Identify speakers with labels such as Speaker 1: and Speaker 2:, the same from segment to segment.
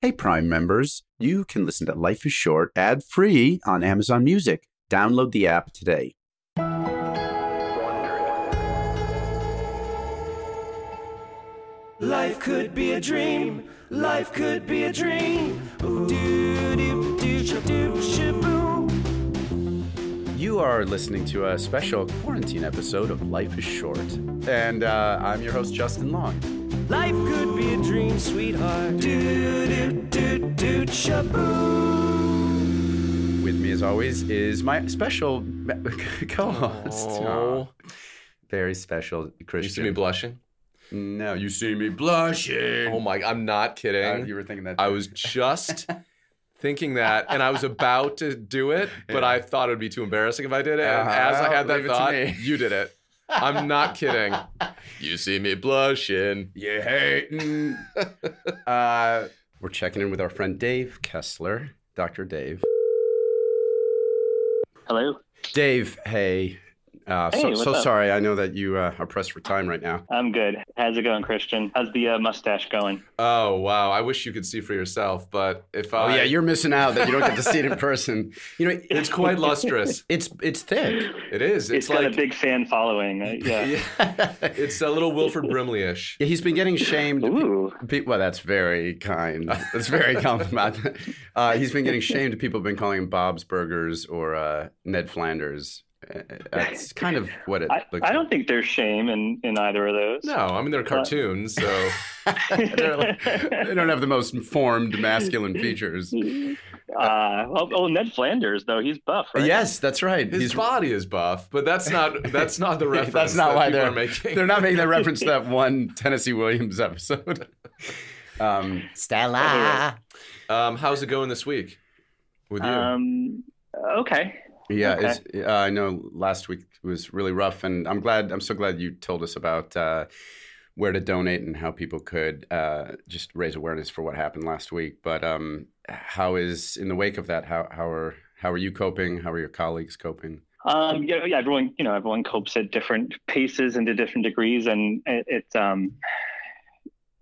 Speaker 1: Hey, Prime members, you can listen to Life is Short ad free on Amazon Music. Download the app today.
Speaker 2: Life could be a dream. Life could be a dream. Ooh. Doo doo doo shoo, doo shoo, boo.
Speaker 1: You are listening to a special quarantine episode of Life is Short. And uh, I'm your host, Justin Long.
Speaker 2: Life could be a dream, sweetheart. Doo doo doo doo shoo, boo.
Speaker 1: With me, as always, is my special co host.
Speaker 3: Aw.
Speaker 1: Very special,
Speaker 3: Oh, You see me
Speaker 1: Christian.
Speaker 3: blushing?
Speaker 1: no, you see me blushing.
Speaker 3: Oh my! I'm not
Speaker 1: Uh,
Speaker 3: kidding.
Speaker 1: you were thinking that.
Speaker 3: I was just thinking that, and I was about to do it, but
Speaker 1: Yeah.
Speaker 3: I thought it would be too embarrassing if I did it. And
Speaker 1: Uh-huh.
Speaker 3: as I had that
Speaker 1: Leave it to
Speaker 3: thought,
Speaker 1: me.
Speaker 3: you did it. I'm not kidding. You see me blushing.
Speaker 1: You hating? uh, we're checking in with our friend Dave Kessler, Dr. Dave.
Speaker 4: Hello.
Speaker 1: Dave, hey. Uh,
Speaker 4: Hey,
Speaker 1: so
Speaker 4: what's
Speaker 1: so
Speaker 4: up?
Speaker 1: sorry. I know that you uh, are pressed for time right now.
Speaker 4: I'm good. How's it going, Christian? How's the uh, mustache going?
Speaker 3: Oh wow! I wish you could see for yourself, but if
Speaker 1: Oh
Speaker 3: I
Speaker 1: yeah, you're missing out that you don't get to see it in person. You know,
Speaker 3: it's quite lustrous.
Speaker 1: it's it's thick.
Speaker 3: It is.
Speaker 4: It's
Speaker 3: It's,
Speaker 4: got
Speaker 3: like
Speaker 4: a big fan following. Uh, yeah.
Speaker 1: Yeah.
Speaker 3: it's a little Wilford Brimley-ish.
Speaker 1: Yeah, he's been getting shamed.
Speaker 4: Ooh.
Speaker 1: Pe- Well, that's very kind. That's very compliment. Uh, he's been getting shamed. People have been calling him Bob's Burgers or uh, Ned Flanders. Uh, That's kind of what it
Speaker 4: I,
Speaker 1: looks.
Speaker 4: I don't think there's shame in, in either of those.
Speaker 3: No, I mean they're cartoons, so
Speaker 1: Like. They're like- they don't have the most formed masculine features.
Speaker 4: Uh, oh, oh, Ned Flanders though, he's buff, right?
Speaker 1: Yes, that's right.
Speaker 3: his
Speaker 1: He's-
Speaker 3: body is buff, but that's not that's not the reference.
Speaker 1: That's not
Speaker 3: that
Speaker 1: why
Speaker 3: people
Speaker 1: they're
Speaker 3: are making.
Speaker 1: They're not making that reference to that one Tennessee Williams episode. Um, Stella.
Speaker 3: Um, how's it going this week with you?
Speaker 4: Um. Okay.
Speaker 1: Yeah,
Speaker 4: Okay.
Speaker 1: it's, uh, I know last week was really rough, and I'm glad. I'm so glad you told us about uh, where to donate and how people could uh, just raise awareness for what happened last week. But um, how is in the wake of that? How how are how are you coping? How are your colleagues coping?
Speaker 4: Um. Yeah. Yeah. Everyone. You know. Everyone copes at different paces and to different degrees, and it, it's um.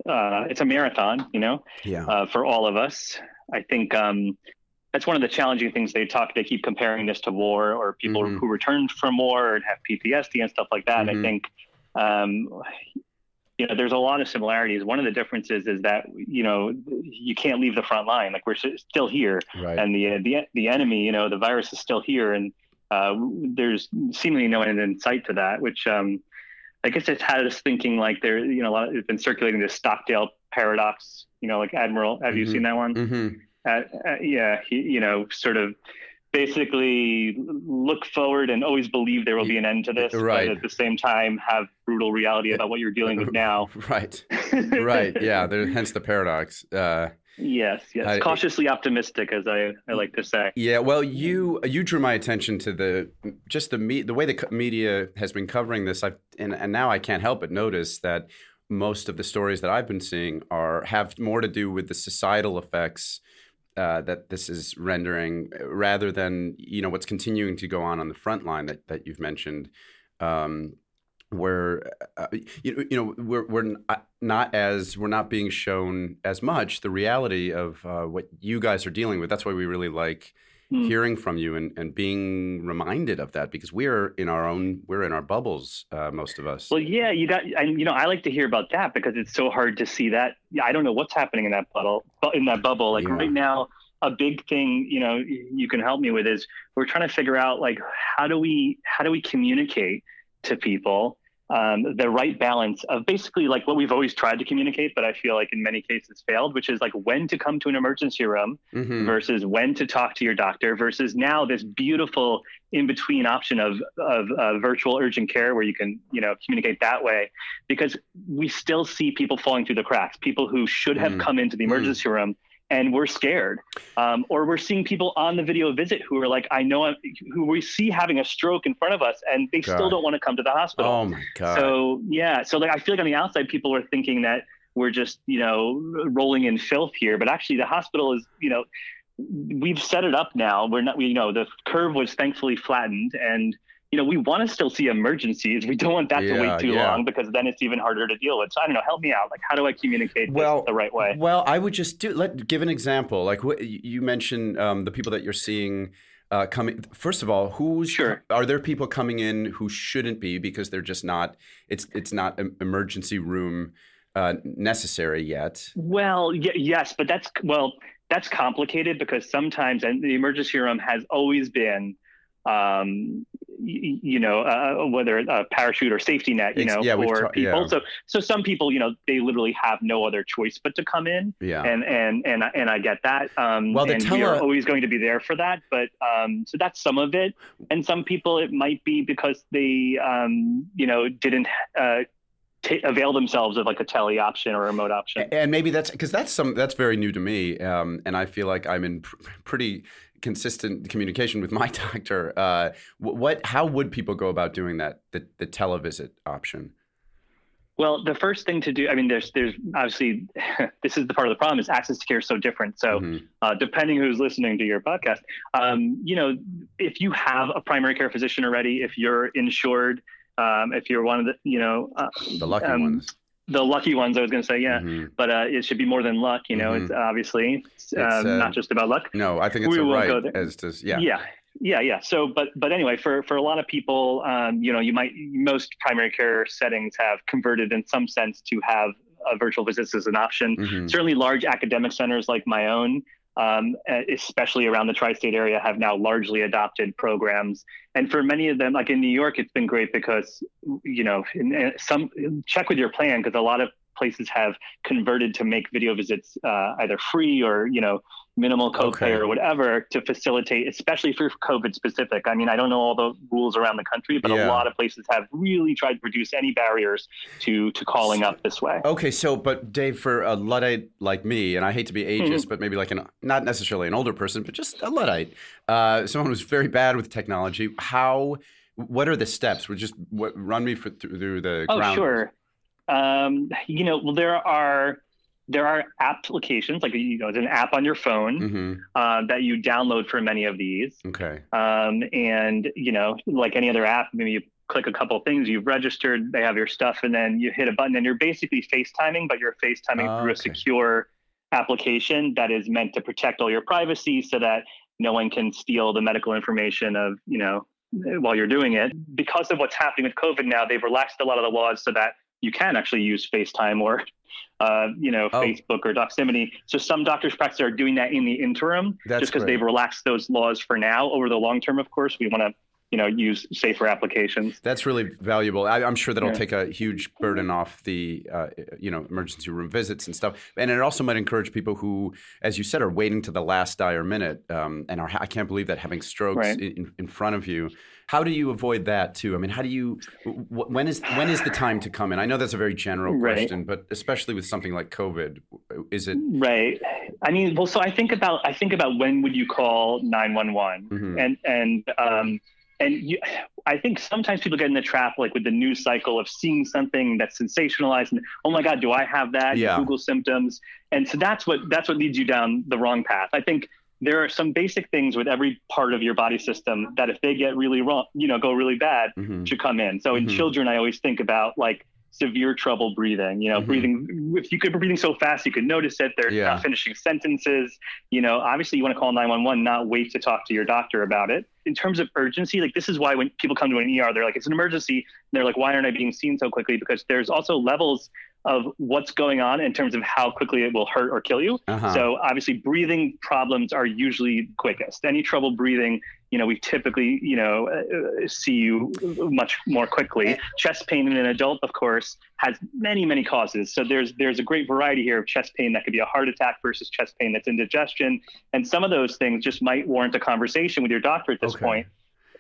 Speaker 4: Uh, it's a marathon. You know.
Speaker 1: Yeah,
Speaker 4: uh, for all of us. I think um, that's one of the challenging things they talk. They keep comparing this to war or people
Speaker 1: Mhm.
Speaker 4: who returned from war and have PTSD and stuff like that.
Speaker 1: Mhm.
Speaker 4: I think um, you know there's a lot of similarities. One of the differences is that you know you can't leave the front line. Like we're s- still here,
Speaker 1: right.
Speaker 4: and the uh, the the enemy, you know, the virus is still here, and uh, there's seemingly no end in sight to that. Which um, I guess it's had us thinking like there, you know, a lot of, it's been circulating this Stockdale paradox. You know, like Admiral, have you
Speaker 1: Mhm.
Speaker 4: seen that one?
Speaker 1: Mhm.
Speaker 3: Mm-hmm,
Speaker 4: Uh, uh, yeah, he, you know, sort of basically look forward and always believe there will be an end to this,
Speaker 1: Right.
Speaker 4: but at the same time have brutal reality about what you're dealing with now.
Speaker 1: Right, right. Yeah, there, hence the paradox. Uh,
Speaker 4: yes, yes.
Speaker 1: I-
Speaker 4: Cautiously optimistic, as I, I like to say.
Speaker 1: Yeah, well, you you drew my attention to the just the me- the way the co- media has been covering this. I've and, and now I can't help but notice that most of the stories that I've been seeing are have more to do with the societal effects uh, that this is rendering, uh, rather than you know what's continuing to go on on the front line that that you've mentioned. Um, where uh, you, you know we're we're n- uh, not as we're not being shown as much the reality of uh, what you guys are dealing with. That's why we really like
Speaker 4: Mm.
Speaker 1: hearing from you and, and being reminded of that because we're in our own we're in our bubbles uh, most of us.
Speaker 4: Well, yeah, you got, and you know, I like to hear about that because it's so hard to see that. Yeah, I don't know what's happening in that bubble, but in that bubble, like
Speaker 1: Yeah.
Speaker 4: right now, a big thing, you know, you can help me with is we're trying to figure out like how do we how do we communicate to people um, the right balance of basically like what we've always tried to communicate, but I feel like in many cases failed, which is like when to come to an emergency room
Speaker 3: mm-hmm.
Speaker 5: Mm-hmm.
Speaker 1: Mhm.
Speaker 4: versus when to talk to your doctor versus now this beautiful in between option of of uh, virtual urgent care where you can you know communicate that way because we still see people falling through the cracks people who should have
Speaker 1: Mm.
Speaker 4: come into the
Speaker 1: Mm.
Speaker 4: emergency room and we're scared um, or we're seeing people on the video visit who are like i know I'm, who we see having a stroke in front of us and they
Speaker 1: God.
Speaker 4: still don't want to come to the hospital
Speaker 1: Oh my god!
Speaker 4: so yeah, so like I feel like on the outside, people are thinking that we're just you know rolling in filth here, but actually the hospital is you know we've set it up now. We're not we you know the curve was thankfully flattened and. you know, we want to still see emergencies. We don't want that to
Speaker 1: Yeah,
Speaker 4: wait too
Speaker 1: yeah.
Speaker 4: long because then it's even harder to deal with. So I don't know. Help me out. Like, how do I communicate
Speaker 1: Well,
Speaker 4: this the right way?
Speaker 1: Well, I would just do let give an example. Like wh- you mentioned, um, the people that you're seeing uh, coming. First of all, who's
Speaker 4: Sure.
Speaker 1: are there people coming in who shouldn't be because they're just not? It's it's not em- emergency room uh, necessary yet.
Speaker 4: Well, y- yes, but that's well, that's complicated because sometimes, and the emergency room has always been, um, y- you know, uh, whether a parachute or safety net, you
Speaker 1: Ex-
Speaker 4: know,
Speaker 1: yeah, we've
Speaker 4: for
Speaker 1: ta-
Speaker 4: people.
Speaker 1: yeah.
Speaker 4: So, so some people, you know, they literally have no other choice but to come in,
Speaker 1: Yeah.
Speaker 4: and and and I- and I get that. Um,
Speaker 1: Well, the
Speaker 4: and we are
Speaker 1: tele-
Speaker 4: always going to be there for that. But um, so that's some of it, and some people it might be because they, um, you know, didn't. Uh, ta avail themselves of like a tele option or a remote option.
Speaker 1: A- and maybe that's because that's some that's very new to me, um, and I feel like I'm in pr- pretty consistent communication with my doctor. Uh, wh- what? How would people go about doing that? The the televisit option.
Speaker 4: Well, the first thing to do, I mean, there's, there's obviously, this is the part of the problem is access to care is so different. So,
Speaker 1: Mhm.
Speaker 4: uh, depending who's listening to your podcast, um, you know, if you have a primary care physician already, if you're insured, um, if you're one of the, you know, uh,
Speaker 1: the lucky
Speaker 4: um,
Speaker 1: ones.
Speaker 4: the lucky ones, I was going to say, yeah,
Speaker 5: Mm-hmm.
Speaker 1: Mhm.
Speaker 4: but uh, it should be more than luck. You know,
Speaker 1: Mhm.
Speaker 4: it's obviously um,
Speaker 1: uh,
Speaker 4: not just about luck.
Speaker 1: No, I think it's
Speaker 4: We
Speaker 1: a
Speaker 4: won't
Speaker 1: right
Speaker 4: go there.
Speaker 1: as to yeah.
Speaker 4: yeah yeah yeah so but but anyway for for a lot of people um, you know you might most primary care settings have converted in some sense to have a virtual visits as an option
Speaker 1: Mhm.
Speaker 4: certainly large academic centers like my own um, especially around the tri-state area have now largely adopted programs and for many of them like in new york it's been great because you know in, in some check with your plan because a lot of places have converted to make video visits uh, either free or you know minimal copay
Speaker 1: Okay.
Speaker 4: or whatever to facilitate especially for covid specific i mean i don't know all the rules around the country but
Speaker 1: Yeah.
Speaker 4: a lot of places have really tried to reduce any barriers to to calling up this way
Speaker 1: Okay, so but Dave, for a luddite like me, and I hate to be ageist,
Speaker 4: Mm-hmm.
Speaker 1: but maybe like an not necessarily an older person, but just a luddite, uh, someone who's very bad with technology. How? What are the steps? Would just what, run me for, through, through the
Speaker 4: Oh,
Speaker 1: ground.
Speaker 4: sure. Um, you know, well, there are there are applications like you know, there's an app on your phone
Speaker 1: hmm
Speaker 4: uh, that you download for many of these,
Speaker 1: Okay.
Speaker 4: um, and you know, like any other app, maybe you click a couple things, you've registered, they have your stuff, and then you hit a button, and you're basically FaceTiming, but you're FaceTiming
Speaker 1: Ah,
Speaker 4: through a
Speaker 1: okay.
Speaker 4: secure application that is meant to protect all your privacy, so that no one can steal the medical information of you know while you're doing it. Because of what's happening with COVID now, they've relaxed a lot of the laws so that you can actually use FaceTime or uh, you know
Speaker 1: Oh.
Speaker 4: Facebook or Doximity. So some doctors' practices are doing that in the interim,
Speaker 1: That's
Speaker 4: just because
Speaker 1: great.
Speaker 4: they've relaxed those laws for now. Over the long term, of course, we want to you know use safer applications.
Speaker 1: That's really valuable. I, I'm sure that'll
Speaker 4: Yeah.
Speaker 1: take a huge burden off the, uh, you know, emergency room visits and stuff. And it also might encourage people who, as you said, are waiting to the last dire minute um, and are, I can't believe that having strokes
Speaker 4: Right.
Speaker 1: in, in front of you. How do you avoid that too? I mean, how do you? Wh- when is when is the time to come in? I know that's a very general
Speaker 4: Right.
Speaker 1: question, but especially with something like COVID, is it?
Speaker 4: Right. I mean, well, so I think about I think about when would you call nine one one.
Speaker 1: Mhm.
Speaker 4: and and um and you, I think sometimes people get in the trap, like with the news cycle of seeing something that's sensationalized, and oh my God, do I have that? You
Speaker 1: Yeah.
Speaker 4: Google symptoms, and so that's what that's what leads you down the wrong path. I think there are some basic things with every part of your body system that if they get really wrong, you know, go really bad,
Speaker 1: Mhm.
Speaker 4: should come in. So in
Speaker 1: Mhm.
Speaker 4: children, I always think about like severe trouble breathing. You know,
Speaker 1: Mhm.
Speaker 4: breathing if you could breathing so fast you could notice it. They're
Speaker 1: Yeah.
Speaker 4: not finishing sentences. You know, obviously you want to call 911, not wait to talk to your doctor about it. In terms of urgency, like this is why when people come to an ER, they're like, it's an emergency. And they're like, why aren't I being seen so quickly? Because there's also levels of what's going on in terms of how quickly it will hurt or kill you.
Speaker 1: Uh-huh.
Speaker 4: So obviously, breathing problems are usually quickest. Any trouble breathing, you know, we typically, you know, uh, uh, see you much more quickly. Chest pain in an adult, of course, has many, many causes. So there's there's a great variety here of chest pain that could be a heart attack versus chest pain that's indigestion, and some of those things just might warrant a conversation with your doctor at this
Speaker 1: Okay.
Speaker 4: point.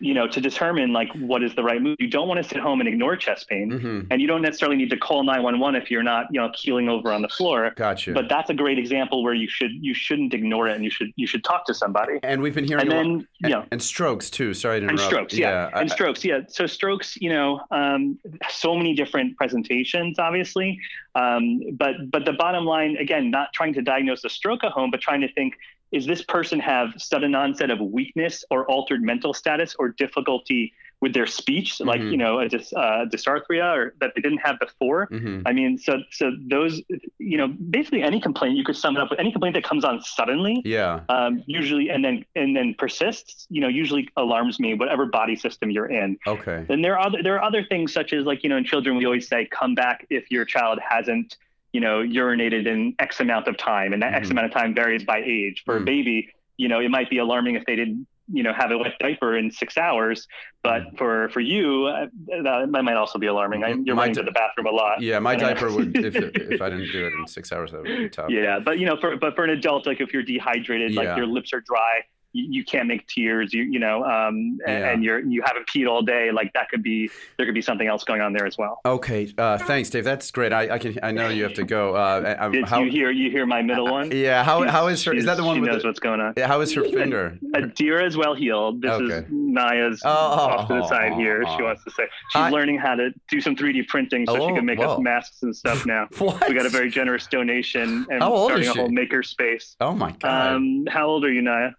Speaker 4: You know, to determine like what is the right move. You don't want to sit home and ignore chest
Speaker 5: Mm-hmm.
Speaker 4: pain,
Speaker 1: Mhm.
Speaker 4: and you don't necessarily need to call 911 if you're not, you know, keeling over on the floor
Speaker 1: Gotcha.
Speaker 4: but that's a great example where you should you shouldn't ignore it and you should you should talk to somebody
Speaker 1: and we've been hearing
Speaker 4: and
Speaker 1: a lot-
Speaker 4: then you know
Speaker 1: and strokes too. Sorry to
Speaker 4: and
Speaker 1: interrupt.
Speaker 4: strokes yeah,
Speaker 1: I-
Speaker 4: and strokes yeah so strokes you know um, so many different presentations obviously um, but but the bottom line again not trying to diagnose a stroke at home but trying to think is this person have sudden onset of weakness or altered mental status or difficulty with their speech, like
Speaker 1: Mm-hmm.
Speaker 5: Mhm.
Speaker 4: you know, a dys, uh, dysarthria or that they didn't have before.
Speaker 1: mm-hmm.
Speaker 5: Mhm.
Speaker 4: I mean, so so those, you know, basically any complaint you could sum it up with any complaint that comes on suddenly,
Speaker 5: Yeah.
Speaker 4: um, usually and then and then persists, you know, usually alarms me, whatever body system you're in.
Speaker 5: Okay.
Speaker 4: Then there are other there are other things such as like you know in children we always say come back if your child hasn't you know urinated in X amount of time and that X
Speaker 5: Mhm.
Speaker 4: amount of time varies by age. For
Speaker 5: Mm.
Speaker 4: a baby, you know it might be alarming if they didn't you know have a wet diaper in six hours, but for for you uh, that, that might also be alarming. I, you're
Speaker 5: My
Speaker 4: running
Speaker 5: di-
Speaker 4: to the bathroom a lot.
Speaker 5: Yeah, my
Speaker 4: I don't know.
Speaker 5: diaper would if if I didn't do it in six hours, that would be tough.
Speaker 4: Yeah, but you know, for but for an adult, like if you're dehydrated,
Speaker 5: Yeah.
Speaker 4: like your lips are dry, you, you can't make tears, you you know, um, a-
Speaker 5: Yeah.
Speaker 4: and you're you haven't peed all day, like that could be there could be something else going on there as well.
Speaker 5: Okay. Uh, thanks, Dave. That's great. I, I can. I know you have to go. Uh, I- I'm,
Speaker 4: Did
Speaker 5: how,
Speaker 4: you hear you hear my middle one?
Speaker 5: yeah. How
Speaker 4: She's-
Speaker 5: how is her? Is that the
Speaker 4: she's-
Speaker 5: one
Speaker 4: she
Speaker 5: with
Speaker 4: knows
Speaker 5: the,
Speaker 4: what's going on?
Speaker 5: How is her finger?
Speaker 4: Adira is well healed. This
Speaker 5: Okay.
Speaker 4: is Naya's
Speaker 5: Oh,
Speaker 4: off to the side here.
Speaker 5: oh,
Speaker 4: She
Speaker 5: oh.
Speaker 4: wants to say she's
Speaker 5: I-
Speaker 4: learning how to do some 3D printing so
Speaker 5: Oh,
Speaker 4: she can make
Speaker 5: whoa.
Speaker 4: us masks and stuff now.
Speaker 5: What?
Speaker 4: We got a very generous donation and
Speaker 5: How old
Speaker 4: starting
Speaker 5: is
Speaker 4: a whole
Speaker 5: she?
Speaker 4: maker space.
Speaker 5: Oh my god.
Speaker 4: Um, how old are you, Naya?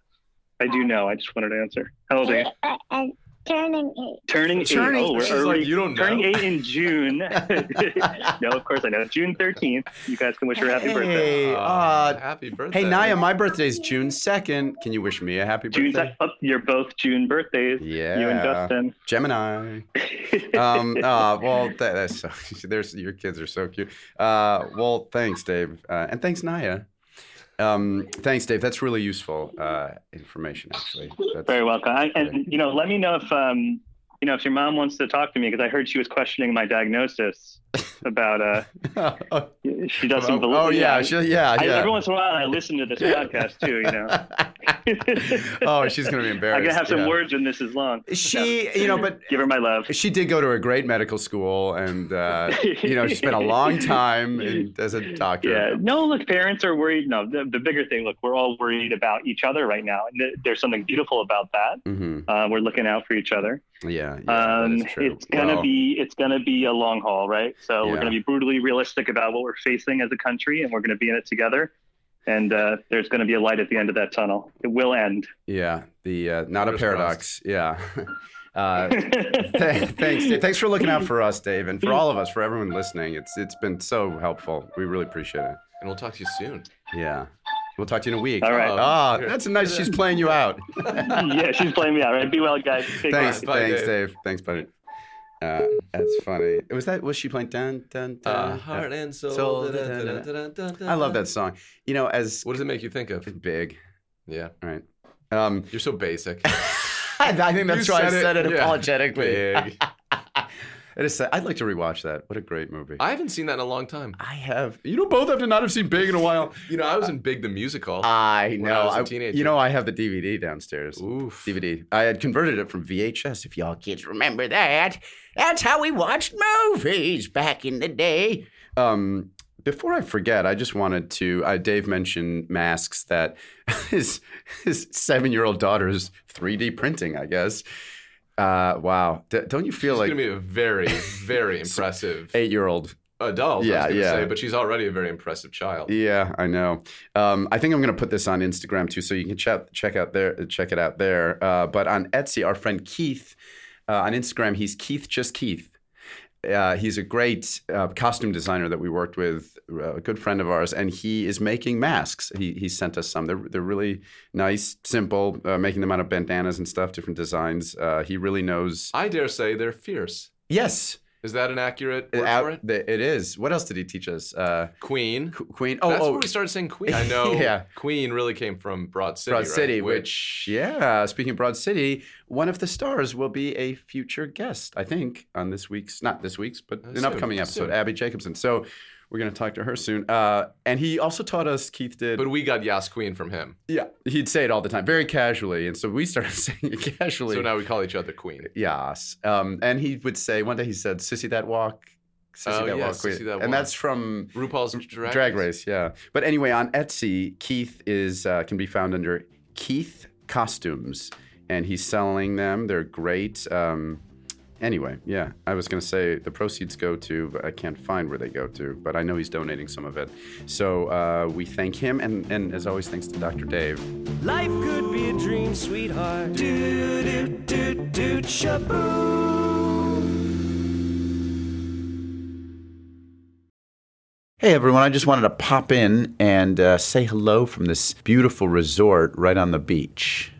Speaker 4: I do know. I just wanted to answer. How old are you?
Speaker 6: I, I, turning eight.
Speaker 4: Turning,
Speaker 1: Turning,
Speaker 4: eight. Oh, we're
Speaker 1: she's
Speaker 4: early.
Speaker 1: like, you don't know.
Speaker 4: turning eight in June. no, of course I know. June thirteenth. You guys can wish her happy birthday.
Speaker 5: Hey,
Speaker 1: Oh,
Speaker 5: uh,
Speaker 1: happy birthday.
Speaker 5: hey Naya, my birthday's June second. Can you wish me a happy
Speaker 4: June.
Speaker 5: birthday?
Speaker 4: Oh, you're both June birthdays.
Speaker 5: Yeah.
Speaker 4: You and
Speaker 5: Gemini.
Speaker 4: Dustin.
Speaker 5: Um. Uh, well, that, that's so, there's your kids are so cute. Uh. Well, thanks, Dave, uh, and thanks, Naya. Um. Thanks, Dave. That's really useful uh, information, actually. That's,
Speaker 4: Very welcome. I, and you know, let me know if um, you know, if your mom wants to talk to me because I heard she was questioning my diagnosis about uh,
Speaker 5: oh,
Speaker 4: she doesn't believe.
Speaker 5: oh, yeah. She, yeah.
Speaker 4: I,
Speaker 5: Yeah.
Speaker 4: every once in a while, I listen to this podcast too. You know,
Speaker 5: oh, she's gonna be embarrassed.
Speaker 4: I'm gonna have some
Speaker 5: yeah.
Speaker 4: words when this is long.
Speaker 5: She, you know, but
Speaker 4: Give her my love.
Speaker 5: she did go to a great medical school, and uh, you know, she spent a long time in, as a doctor.
Speaker 4: Yeah. No, look, parents are worried. No, the, the bigger thing, look, we're all worried about each other right now, and th- there's something beautiful about that.
Speaker 5: hmm
Speaker 4: Uh, we're looking out for each other.
Speaker 5: Yeah. yeah
Speaker 4: um,
Speaker 5: that is true.
Speaker 4: it's gonna
Speaker 5: Well,
Speaker 4: be it's gonna be a long haul, right? So
Speaker 5: Yeah.
Speaker 4: we're gonna be brutally realistic about what we're facing as a country, and we're gonna be in it together. And uh, there's gonna be a light at the end of that tunnel. It will end.
Speaker 5: Yeah, the uh, not a
Speaker 1: Fingers
Speaker 5: paradox. Yeah. uh, th- thanks, Dave. Thanks for looking out for us, Dave, and for all of us, for everyone listening. It's it's been so helpful. We really appreciate it.
Speaker 1: and we'll talk to you soon.
Speaker 5: Yeah. We'll talk to you in a week.
Speaker 4: All right.
Speaker 5: Ah, that's nice. She's playing you out.
Speaker 4: yeah, she's playing me out, right? Be well, guys. Take care.
Speaker 5: thanks,
Speaker 1: Bye,
Speaker 5: thanks,
Speaker 1: Dave.
Speaker 5: Dave. Thanks, buddy. Uh, that's funny. Was that was she playing dun dun dun?
Speaker 1: Uh, heart and soul.
Speaker 5: soul,
Speaker 1: da- da- da- da- da- da-
Speaker 5: I love that song. You know, as
Speaker 1: What does it make you think of?
Speaker 5: big,
Speaker 1: Yeah,
Speaker 5: right? Um,
Speaker 1: you're so basic.
Speaker 5: I think that's
Speaker 1: You
Speaker 5: why I
Speaker 1: said it,
Speaker 5: said it,
Speaker 1: yeah.
Speaker 5: apologetically.
Speaker 1: Big.
Speaker 5: It is. I'd like to rewatch that. What a great movie.
Speaker 1: I haven't seen that in a long time.
Speaker 5: I have. You know, both have to not have seen Big in a while.
Speaker 1: You know, I was in Big the Musical.
Speaker 5: I
Speaker 1: When I
Speaker 5: know.
Speaker 1: was a
Speaker 5: I-
Speaker 1: teenager.
Speaker 5: you know, I have the DVD downstairs.
Speaker 1: Oof.
Speaker 5: DVD. I had converted it from VHS. If y'all kids remember that, that's how we watched movies back in the day. Um, before I forget, I just wanted to. Uh, Dave mentioned masks that his his seven year old daughter's 3D printing. I guess. Uh, wow. D- don't you feel
Speaker 1: She's
Speaker 5: like
Speaker 1: gonna be a very, very impressive
Speaker 5: eight year old?
Speaker 1: adult. I
Speaker 5: Yeah,
Speaker 1: was gonna
Speaker 5: yeah.
Speaker 1: Say, but she's already a very impressive child.
Speaker 5: Yeah, I know. Um, I think I'm going to put this on Instagram too, so you can check check out there, check it out there. Uh, but on Etsy, our friend Keith uh, on Instagram, he's Keith just Keith. Uh, he's a great uh, costume designer that we worked with, uh, a good friend of ours, and he is making masks. He he sent us some. They're they're really nice, simple, uh, making them out of bandanas and stuff, different designs. Uh, he really knows.
Speaker 1: I dare say they're fierce.
Speaker 5: Yes,
Speaker 1: Is that an accurate word
Speaker 5: out-
Speaker 1: for it?
Speaker 5: the- it is. What else did he teach us? Uh,
Speaker 1: Queen.
Speaker 5: Qu- Queen. Oh,
Speaker 1: That's
Speaker 5: oh,
Speaker 1: where we started saying Queen. I know.
Speaker 5: Yeah.
Speaker 1: Queen really came from Broad City.
Speaker 5: Broad
Speaker 1: right?
Speaker 5: City, which, yeah, speaking of Broad City, one of the stars will be a future guest, I think, on this week's, not this week's, but
Speaker 1: Uh,
Speaker 5: an
Speaker 1: soon,
Speaker 5: upcoming episode,
Speaker 1: soon.
Speaker 5: Abby Jacobson. So we're going to talk to her soon. Uh, and he also taught us, Keith did.
Speaker 1: But we got Yas Queen from him.
Speaker 5: yeah, he'd say it all the time, very casually. And so we started saying it casually.
Speaker 1: So now we call each other Queen.
Speaker 5: Yes. Um, and he would say, one day he said, Sissy that walk. Sissy
Speaker 1: Oh,
Speaker 5: that
Speaker 1: yeah,
Speaker 5: walk. queen."
Speaker 1: sissy that
Speaker 5: and
Speaker 1: walk.
Speaker 5: that's from
Speaker 1: RuPaul's Drag,
Speaker 5: Drag Race, yeah. But anyway, on Etsy, Keith is uh, can be found under Keith Costumes, and he's selling them. They're great, um, Anyway, yeah, I was going to say the proceeds go to, but I can't find where they go to, but I know he's donating some of it. So uh, we thank him, and, and as always, thanks to Dr. Dave.
Speaker 2: Life could be a dream, sweetheart. Do do do do shaboom.
Speaker 1: Hey everyone, I just wanted to pop in and uh, say hello from this beautiful resort right on the beach.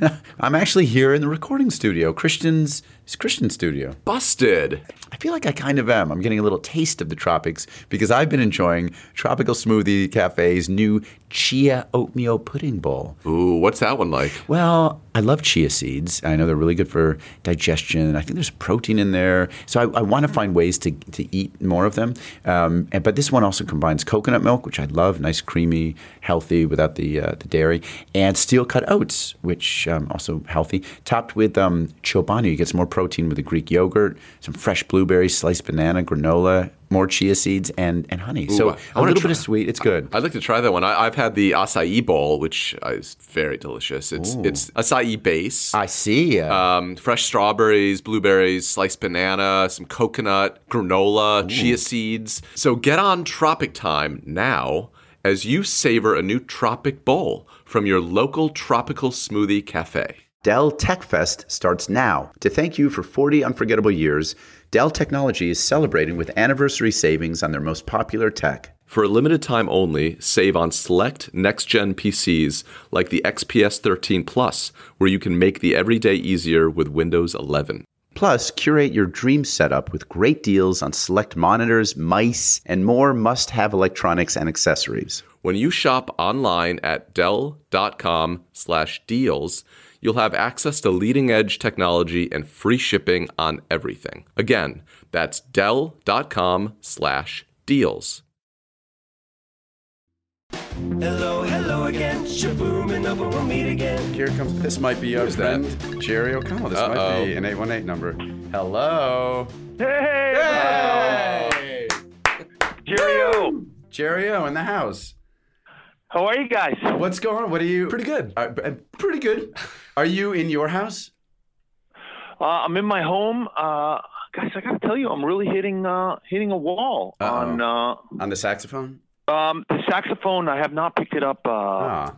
Speaker 1: I'm actually here in the recording studio, Christian's it's Christian studio.
Speaker 3: Busted.
Speaker 1: I feel like I kind of am. I'm getting a little taste of the tropics because I've been enjoying Tropical Smoothie Cafe's new chia oatmeal pudding bowl.
Speaker 3: Ooh, what's that one like?
Speaker 1: Well, I love chia seeds. I know they're really good for digestion. I think there's protein in there. So I, I want to find ways to, to eat more of them. Um, and, but this one also combines coconut milk, which I love, nice, creamy, healthy without the, uh, the dairy, and steel cut oats, which um, also healthy, topped with um, chobani. You get some more protein with the Greek yogurt, some fresh blueberries, sliced banana, granola, more chia seeds, and, and honey.
Speaker 3: Ooh,
Speaker 1: so
Speaker 3: I- I
Speaker 1: a
Speaker 3: wanna
Speaker 1: little
Speaker 3: try-
Speaker 1: bit of sweet. It's good.
Speaker 3: I'd like to try that one. I, I've had the acai bowl, which is very delicious. It's it's acai base,
Speaker 1: I see. ya.
Speaker 3: um, fresh strawberries, blueberries, sliced banana, some coconut, granola, chia seeds. So get on Tropic Time now as you savor a new tropic bowl from your local tropical smoothie cafe.
Speaker 1: Dell Tech Fest starts now. To thank you for 40 unforgettable years, Dell Technology is celebrating with anniversary savings on their most popular tech.
Speaker 3: For a limited time only, save on select next gen PCs like the XPS 13 Plus, where you can make the everyday easier with Windows 11.
Speaker 1: Plus, curate your dream setup with great deals on select monitors, mice, and more must have electronics and accessories.
Speaker 3: When you shop online at Dell.com slash deals, you'll have access to leading edge technology and free shipping on everything. Again, that's Dell.com slash deals.
Speaker 2: Hello, hello again, shaboom, and hope we'll meet again.
Speaker 5: Here comes. This might be our
Speaker 3: that?
Speaker 5: friend Jerry O'Connell. This might
Speaker 3: Uh-oh.
Speaker 5: be an eight one eight number. Hello,
Speaker 7: Hey! Cheerio!
Speaker 5: Jerry O in the house.
Speaker 7: How are you guys?
Speaker 5: What's going on? What are you?
Speaker 8: Pretty good.
Speaker 5: Are- uh, pretty good. Are you in your house?
Speaker 7: Uh, I'm in my home. Uh, guys, I gotta tell you, I'm really hitting uh, hitting a wall
Speaker 5: Uh-oh.
Speaker 7: on
Speaker 5: On the saxophone?
Speaker 7: uh, um, the saxophone. I have not picked it up. Uh,
Speaker 5: Ah.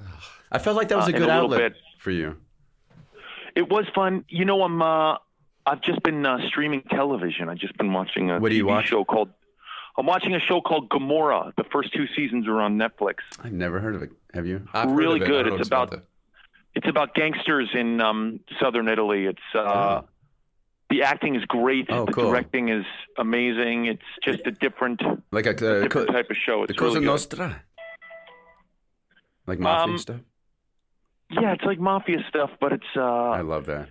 Speaker 5: I felt like that was a
Speaker 7: Uh, in a
Speaker 5: good
Speaker 7: little
Speaker 5: outlet
Speaker 7: bit.
Speaker 5: for you.
Speaker 7: It was fun. You know, I'm. Uh, I've just been uh, streaming television. I've just been watching a
Speaker 5: What do you
Speaker 7: TV
Speaker 5: watch?
Speaker 7: show called. I'm watching a show called Gomorrah. The first two seasons are on Netflix.
Speaker 5: I've never heard of it. Have you?
Speaker 3: I've heard of
Speaker 7: Really
Speaker 3: it. I
Speaker 7: good.
Speaker 3: don't know
Speaker 7: It's
Speaker 3: what
Speaker 7: about- It's about gangsters in um, southern Italy. It's uh,
Speaker 5: Oh.
Speaker 7: the acting is great.
Speaker 5: Oh,
Speaker 7: the
Speaker 5: cool.
Speaker 7: directing is amazing. It's just a different
Speaker 5: Like a, uh,
Speaker 7: different
Speaker 5: co-
Speaker 7: type of show.
Speaker 5: the
Speaker 7: It's
Speaker 5: Cosa
Speaker 7: really good.
Speaker 5: Nostra. Like mafia
Speaker 7: Um,
Speaker 5: stuff.
Speaker 7: Yeah, it's like mafia stuff, but it's
Speaker 5: I
Speaker 7: uh,
Speaker 5: love that.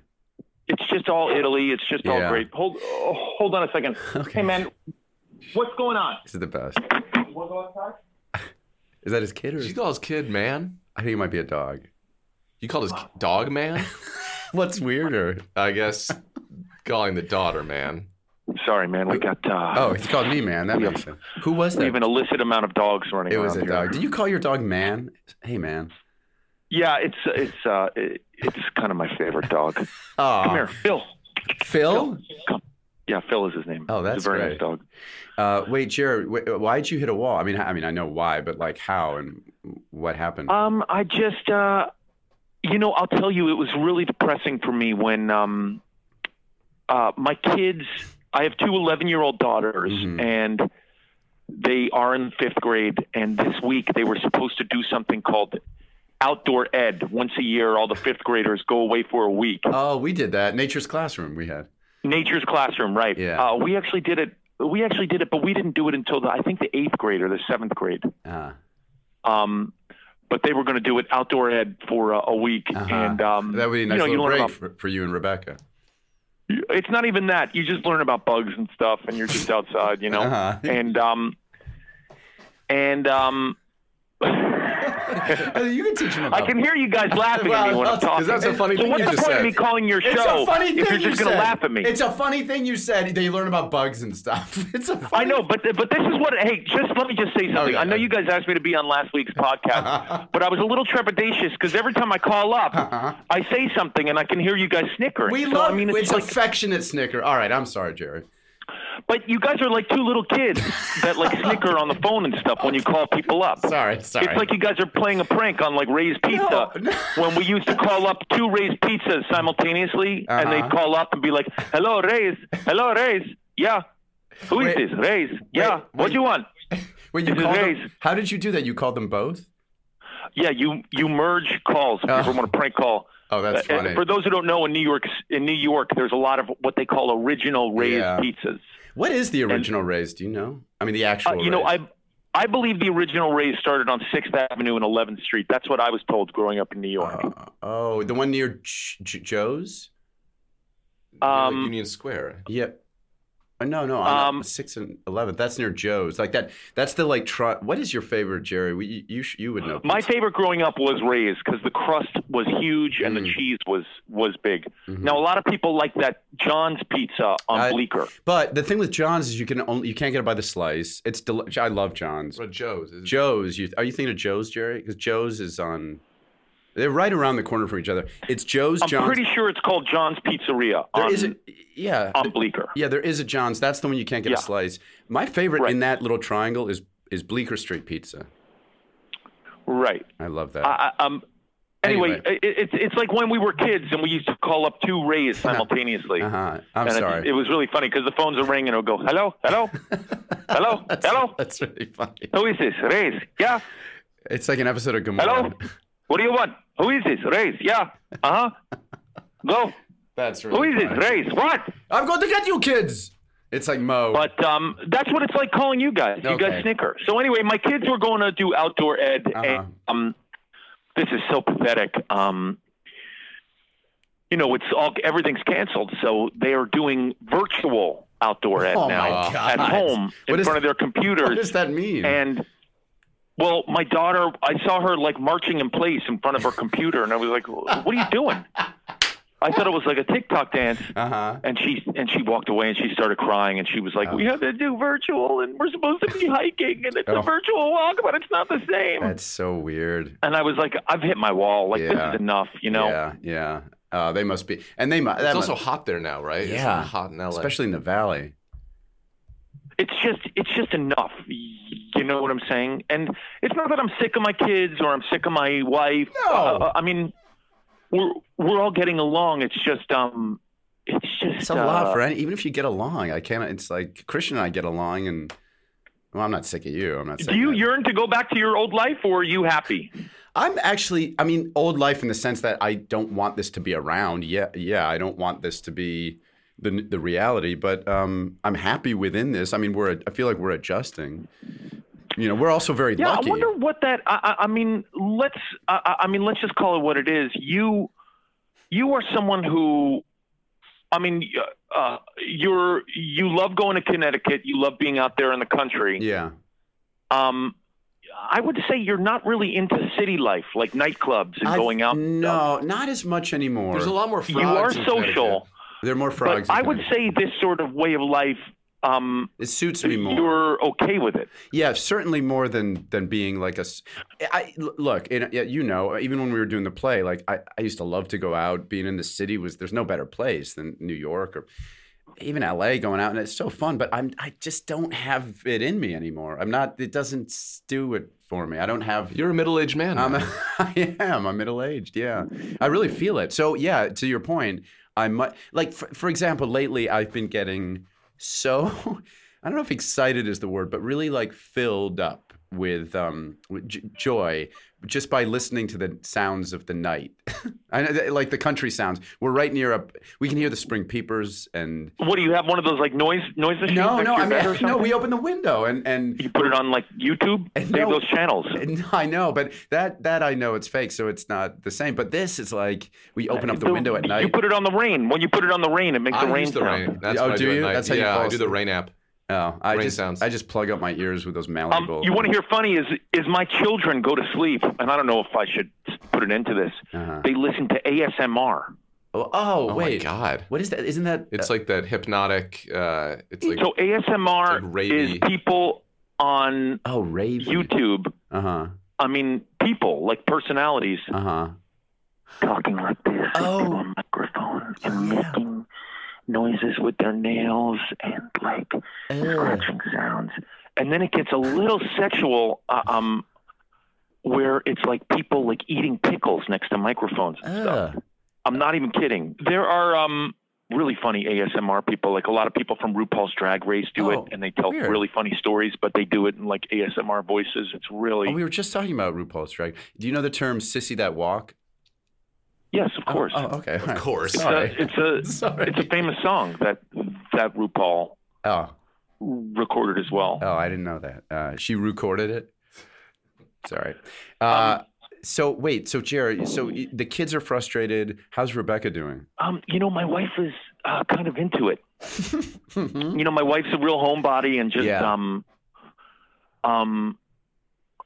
Speaker 7: it's just all Italy. It's just all
Speaker 5: Yeah.
Speaker 7: great. Hold oh, hold on a second.
Speaker 5: Okay.
Speaker 7: Hey man, what's going on?
Speaker 5: This is the best. Is that his kid or?
Speaker 3: She
Speaker 5: His,
Speaker 3: calls kid man.
Speaker 5: I think it might be a dog.
Speaker 3: You called his k- dog man?
Speaker 5: What's weirder?
Speaker 3: I guess calling the daughter man.
Speaker 7: Sorry, man. We got uh,
Speaker 5: Oh, he's called me, man. That makes sense. Who was
Speaker 7: we
Speaker 5: that?
Speaker 7: have an illicit amount of dogs running
Speaker 5: It was a
Speaker 7: around here.
Speaker 5: dog. Do you call your dog man? Hey, man.
Speaker 7: Yeah, it's it's uh, it, it's kind of my favorite dog. Come
Speaker 5: Oh,
Speaker 7: here, Phil.
Speaker 5: Phil.
Speaker 7: Yeah, Phil is his name.
Speaker 5: Oh,
Speaker 7: He's
Speaker 5: that's
Speaker 7: a very
Speaker 5: great.
Speaker 7: nice dog.
Speaker 5: Uh, wait, Jared. Wh- why'd you hit a wall? I mean, I mean, I know why, but like, how and what happened?
Speaker 7: Um, I just, uh, you know, I'll tell you, it was really depressing for me when um, uh, my kids. I have two 11 year old daughters,
Speaker 5: Mhm.
Speaker 7: and they are in fifth grade. And this week, they were supposed to do something called outdoor ed. Once a year, all the fifth graders go away for a week.
Speaker 5: oh, we did that. Nature's classroom. We had.
Speaker 7: Nature's classroom, right?
Speaker 5: Yeah.
Speaker 7: Uh, we actually did it. We actually did it, but we didn't do it until the, I think the eighth grade or the seventh grade.
Speaker 5: Uh,
Speaker 7: um, but they were going to do it outdoor ed for uh, a week,
Speaker 5: Uh-huh.
Speaker 7: and um,
Speaker 5: that would be a nice
Speaker 7: you know, you
Speaker 5: little
Speaker 7: learn
Speaker 5: break for, for you and Rebecca.
Speaker 7: about it's not even that you just learn about bugs and stuff, and you're just outside, you know,
Speaker 5: Uh-huh.
Speaker 7: and um, and um,
Speaker 5: Uh, you can teach him.
Speaker 7: I
Speaker 5: about
Speaker 7: can hear you guys laughing at me when I'm talking.
Speaker 3: Because that's a funny
Speaker 7: so
Speaker 3: thing
Speaker 7: what's
Speaker 3: you
Speaker 7: the
Speaker 3: just
Speaker 7: point of
Speaker 3: said.
Speaker 7: me calling your
Speaker 5: It's
Speaker 7: show
Speaker 5: a funny
Speaker 7: if
Speaker 5: thing
Speaker 7: you're
Speaker 5: you
Speaker 7: just gonna
Speaker 5: said.
Speaker 7: laugh at me?
Speaker 5: It's a funny thing you said that you learn about bugs and stuff. It's a
Speaker 7: I
Speaker 5: funny Oh,
Speaker 7: know, but but this is what. Hey, just let me just say something.
Speaker 5: Okay.
Speaker 7: I know you guys asked me to be on last week's podcast, but I was a little trepidatious because every time I call up, I say something and I can hear you guys snickering.
Speaker 5: We
Speaker 7: So,
Speaker 5: love.
Speaker 7: I mean,
Speaker 5: it's,
Speaker 7: it's, like,
Speaker 5: affectionate snicker. All right, I'm sorry, Jerry.
Speaker 7: but you guys are like two little kids that like snicker on the phone and stuff when you call people up.
Speaker 5: Sorry, sorry.
Speaker 7: It's like you guys are playing a prank on like Ray's Pizza.
Speaker 5: No, no.
Speaker 7: When we used to call up two Ray's pizzas simultaneously, and
Speaker 5: Uh-huh.
Speaker 7: they'd call up and be like, "Hello, Ray's. Hello, Ray's. Yeah. Who is
Speaker 5: Wait.
Speaker 7: this? Ray's. Yeah.
Speaker 5: Wait,
Speaker 7: What
Speaker 5: wait.
Speaker 7: do you want?
Speaker 5: when you
Speaker 7: This is
Speaker 5: called them,
Speaker 7: raised.
Speaker 5: how did you do that? You called them both?
Speaker 7: Yeah. You you merge calls. If you
Speaker 5: Oh.
Speaker 7: ever want a prank call?
Speaker 5: Oh, that's
Speaker 7: Uh,
Speaker 5: funny.
Speaker 7: For those who don't know, in New York, in New York, there's a lot of what they call original Ray's
Speaker 5: Yeah.
Speaker 7: pizzas.
Speaker 5: What is the original raise? Do you know? I mean, the actual.
Speaker 7: Uh, you know,
Speaker 5: raise.
Speaker 7: I I believe the original Ray's started on Sixth Avenue and Eleventh Street. That's what I was told growing up in New York.
Speaker 5: Uh, oh, the one near J- J- Joe's.
Speaker 3: Like
Speaker 7: um,
Speaker 3: Union Square.
Speaker 5: Yep. Uh, No, no, I'm
Speaker 7: Um,
Speaker 5: six and eleven. That's near Joe's. Like that. That's the like. Try, what is your favorite, Jerry? We, you you, sh- you would know.
Speaker 7: My favorite growing up was Ray's because the crust was huge and
Speaker 5: Mm.
Speaker 7: the cheese was was big.
Speaker 5: Mhm.
Speaker 7: Now a lot of people like that John's pizza on
Speaker 5: I-
Speaker 7: Bleecker.
Speaker 5: But the thing with John's is you can only you can't get it by the slice. It's del- I love John's.
Speaker 3: But Joe's. Is
Speaker 5: Joe's. You, are you thinking of Joe's, Jerry? Because Joe's is on. They're right around the corner from each other. It's Joe's.
Speaker 7: I'm
Speaker 5: John's.
Speaker 7: pretty sure it's called John's Pizzeria
Speaker 5: there
Speaker 7: on,
Speaker 5: is a- yeah.
Speaker 7: on Bleecker.
Speaker 5: Yeah, there is a John's. That's the one you can't get
Speaker 7: Yeah.
Speaker 5: a slice. My favorite
Speaker 7: Right.
Speaker 5: in that little triangle is is Bleecker Street Pizza.
Speaker 7: Right.
Speaker 5: I love that.
Speaker 7: I, I, um. Anyway,
Speaker 5: Anyway.
Speaker 7: It, it's it's like when we were kids and we used to call up two Rays simultaneously.
Speaker 5: uh-huh. I'm
Speaker 7: and it-
Speaker 5: sorry.
Speaker 7: It, was really funny because the phones would ring and it would go, hello, hello, hello,
Speaker 5: that's,
Speaker 7: hello.
Speaker 5: That's really funny.
Speaker 7: Who is this? Rays. Yeah.
Speaker 5: It's like an episode of Good
Speaker 7: Hello?
Speaker 5: Morning.
Speaker 7: What do you want? Who is this? Race? Yeah. Uh huh. Go.
Speaker 5: That's
Speaker 7: Who
Speaker 5: really
Speaker 7: is
Speaker 5: funny.
Speaker 7: this? Race? What?
Speaker 5: I'm going to get you kids. It's like Mo.
Speaker 7: But um, that's what it's like calling you guys. You
Speaker 5: Okay.
Speaker 7: guys snicker. So anyway, my kids were going to do outdoor ed,
Speaker 5: Uh-huh.
Speaker 7: and um, this is so pathetic. Um, you know, it's all everything's canceled, so they are doing virtual outdoor ed
Speaker 5: Oh,
Speaker 7: now
Speaker 5: my God.
Speaker 7: at home in
Speaker 5: What is-
Speaker 7: front of their computers.
Speaker 5: what does that mean?
Speaker 7: And well, my daughter, I saw her like marching in place in front of her computer, and I was like, "What are you doing?" I thought it was like a TikTok dance,
Speaker 5: uh huh.
Speaker 7: and she and she walked away and she started crying, and she was like, "We have to do virtual, and we're supposed to be hiking, and it's
Speaker 5: Oh.
Speaker 7: a virtual walk, but it's not the same."
Speaker 5: That's so weird.
Speaker 7: and I was like, "I've hit my wall. Like
Speaker 5: Yeah.
Speaker 7: this is enough, you know."
Speaker 5: Yeah, yeah. Uh, they must be, and they must.
Speaker 3: It's also hot there now, right? It's
Speaker 5: Yeah.
Speaker 3: hot in LA.
Speaker 5: especially in the valley.
Speaker 7: It's just it's just enough. You know what I'm saying? And it's not that I'm sick of my kids or I'm sick of my wife.
Speaker 5: No.
Speaker 7: Uh, I mean, we're we're all getting along. It's just um, it's just
Speaker 5: It's a
Speaker 7: uh,
Speaker 5: lot for any, even if you get along. I can't. It's like Christian and I get along, and well, I'm not sick of you. I'm not. Sick
Speaker 7: Do you
Speaker 5: of
Speaker 7: yearn to go back to your old life, or are you happy?
Speaker 5: I'm actually, I mean, old life in the sense that I don't want this to be around. Yeah, yeah, I don't want this to be the the reality. But um, I'm happy within this. I mean, we're I feel like we're adjusting. You know, we're also very
Speaker 7: Yeah,
Speaker 5: lucky.
Speaker 7: I wonder what that. I, I, I mean, let's. I, I- I mean, let's just call it what it is. You, you are someone who, I mean, uh, you're you love going to Connecticut. You love being out there in the country.
Speaker 5: yeah,
Speaker 7: um, I would say you're not really into city life, like nightclubs and
Speaker 5: I've-
Speaker 7: going out. and stuff.
Speaker 5: No, not as much anymore.
Speaker 3: There's a lot more frogs.
Speaker 7: you are
Speaker 3: in
Speaker 7: social,
Speaker 5: There are more frogs.
Speaker 7: but I
Speaker 5: in
Speaker 7: would
Speaker 5: Connecticut.
Speaker 7: say this sort of way of life, um,
Speaker 5: it suits me more.
Speaker 7: you're okay with it.
Speaker 5: Yeah, certainly more than than being like a. s- I l- look, and yeah, you know, even when we were doing the play, like I, I used to love to go out. Being in the city was there's no better place than New York or even L.A. Going out and it's so fun. But I'm I just don't have it in me anymore. I'm not. It doesn't s- do it for me. I don't have.
Speaker 3: You're a middle-aged man.
Speaker 5: I'm,
Speaker 3: now.
Speaker 5: Um, I am. I'm middle aged. Yeah, I really feel it. So yeah, to your point, I might like for, for example, lately I've been getting so I don't know if excited is the word, but really like filled up with um with j- joy just by listening to the sounds of the night. I know, that- like the country sounds. We're right near a. We can hear the spring peepers and.
Speaker 7: What do you have? One of those like noise noise machines?
Speaker 5: No,
Speaker 7: next
Speaker 5: no,
Speaker 7: to your
Speaker 5: I
Speaker 7: bed or
Speaker 5: mean, no.
Speaker 7: something?
Speaker 5: We open the window and and
Speaker 7: You put it on like YouTube.
Speaker 5: And
Speaker 7: Save
Speaker 5: no-
Speaker 7: those channels.
Speaker 5: And I know, but that that I know it's fake, so it's not the same. But this is like we open up the
Speaker 7: So
Speaker 5: window at
Speaker 7: You
Speaker 5: night.
Speaker 7: put it on the rain. When you put it on the rain, it makes
Speaker 3: I
Speaker 7: the rain
Speaker 3: use the
Speaker 7: sound.
Speaker 3: rain. That's
Speaker 5: Oh,
Speaker 3: what I
Speaker 5: do
Speaker 3: do at
Speaker 5: you?
Speaker 3: night.
Speaker 5: That's how you
Speaker 3: yeah,
Speaker 5: fall
Speaker 3: I do the
Speaker 5: asleep.
Speaker 3: rain app.
Speaker 5: Oh, I
Speaker 3: Rain
Speaker 5: just
Speaker 3: sounds.
Speaker 5: I just plug up my ears with those malleable.
Speaker 7: Um, you want to hear funny? Is is my children go to sleep? And I don't know if I should put an end to this.
Speaker 5: Uh-huh.
Speaker 7: They listen to ASMR.
Speaker 5: Oh,
Speaker 3: Oh
Speaker 5: wait,
Speaker 3: my god.
Speaker 5: what is that? Isn't that uh,
Speaker 9: It's like that hypnotic. Uh, it's like
Speaker 7: so
Speaker 9: like
Speaker 7: ASMR
Speaker 9: ravey.
Speaker 7: is people on
Speaker 5: oh rave?
Speaker 7: YouTube.
Speaker 5: Uh huh.
Speaker 7: I mean, people like personalities
Speaker 5: Uh huh.
Speaker 7: talking like this
Speaker 5: Oh.
Speaker 7: into a microphone and
Speaker 5: Yeah.
Speaker 7: making noises with their nails and like scratching sounds. And then it gets a little sexual, uh, um, where it's like people like eating pickles next to microphones
Speaker 5: Oh.
Speaker 7: and stuff. I'm not even kidding. There are um, really funny ASMR people. Like a lot of people from RuPaul's Drag Race
Speaker 5: Oh,
Speaker 7: do it, and they tell
Speaker 5: weird.
Speaker 7: really funny stories, but they do it in like ASMR voices. It's really
Speaker 5: Oh, we were just talking about RuPaul's Drag. Do you know the term "sissy that walk"?
Speaker 7: yes, of course.
Speaker 5: Oh, oh, okay.
Speaker 9: of course.
Speaker 7: It's a- it's a
Speaker 5: Sorry.
Speaker 7: it's a famous song that that RuPaul
Speaker 5: Oh,
Speaker 7: recorded as well.
Speaker 5: oh, I didn't know that. Uh, she recorded it. Sorry. Uh,
Speaker 7: Um,
Speaker 5: so wait, so Jared, so y- the kids are frustrated. How's Rebecca doing?
Speaker 7: Um, you know, my wife is uh, kind of into it. you know, my wife's a real homebody and just
Speaker 5: Yeah.
Speaker 7: um, um,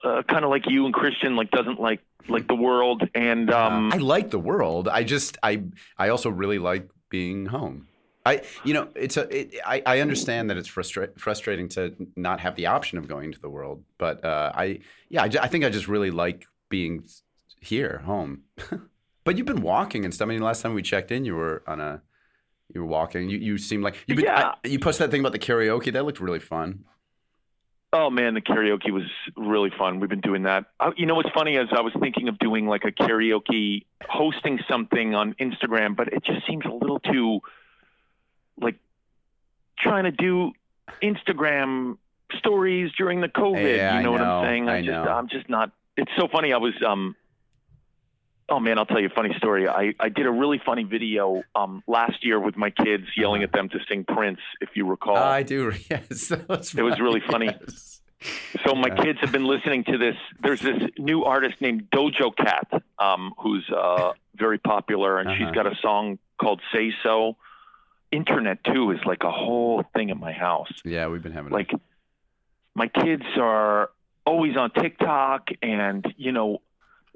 Speaker 7: uh, kind of like you and Christian, like doesn't like like the world and um,
Speaker 5: I like the world. I just I I also really like being home. I you know it's a it, I I understand that it's frustra- frustrating to not have the option of going to the world, but uh, I yeah I, ju- I think I just really like being here home. but you've been walking and stuff. I mean, last time we checked in, you were on a you were walking. You you seem like you been
Speaker 7: Yeah.
Speaker 5: I, you posted that thing about the karaoke. That looked really fun.
Speaker 7: oh man, the karaoke was really fun. We've been doing that. I, you know, what's funny is I was thinking of doing like a karaoke, hosting something on Instagram, but it just seems a little too like trying to do Instagram stories during the COVID.
Speaker 5: Yeah,
Speaker 7: you know,
Speaker 5: I
Speaker 7: what
Speaker 5: know,
Speaker 7: I'm saying?
Speaker 5: I
Speaker 7: just,
Speaker 5: know.
Speaker 7: I'm just not. It's so funny. I was, um, oh man, I'll tell you a funny story. I, I did a really funny video um, last year with my kids yelling
Speaker 5: Uh-huh.
Speaker 7: at them to sing Prince, if you recall.
Speaker 5: I do. Yes, that was
Speaker 7: Oh. It was
Speaker 5: fun.
Speaker 7: really funny.
Speaker 5: Yes.
Speaker 7: So my kids have been listening to this. There's this new artist named Dojo Cat, um, who's uh, very popular, and
Speaker 5: Uh-huh.
Speaker 7: she's got a song called "Say So." Internet too is like a whole thing at my house.
Speaker 5: Yeah, we've been having
Speaker 7: Like my kids are always on TikTok, and you know,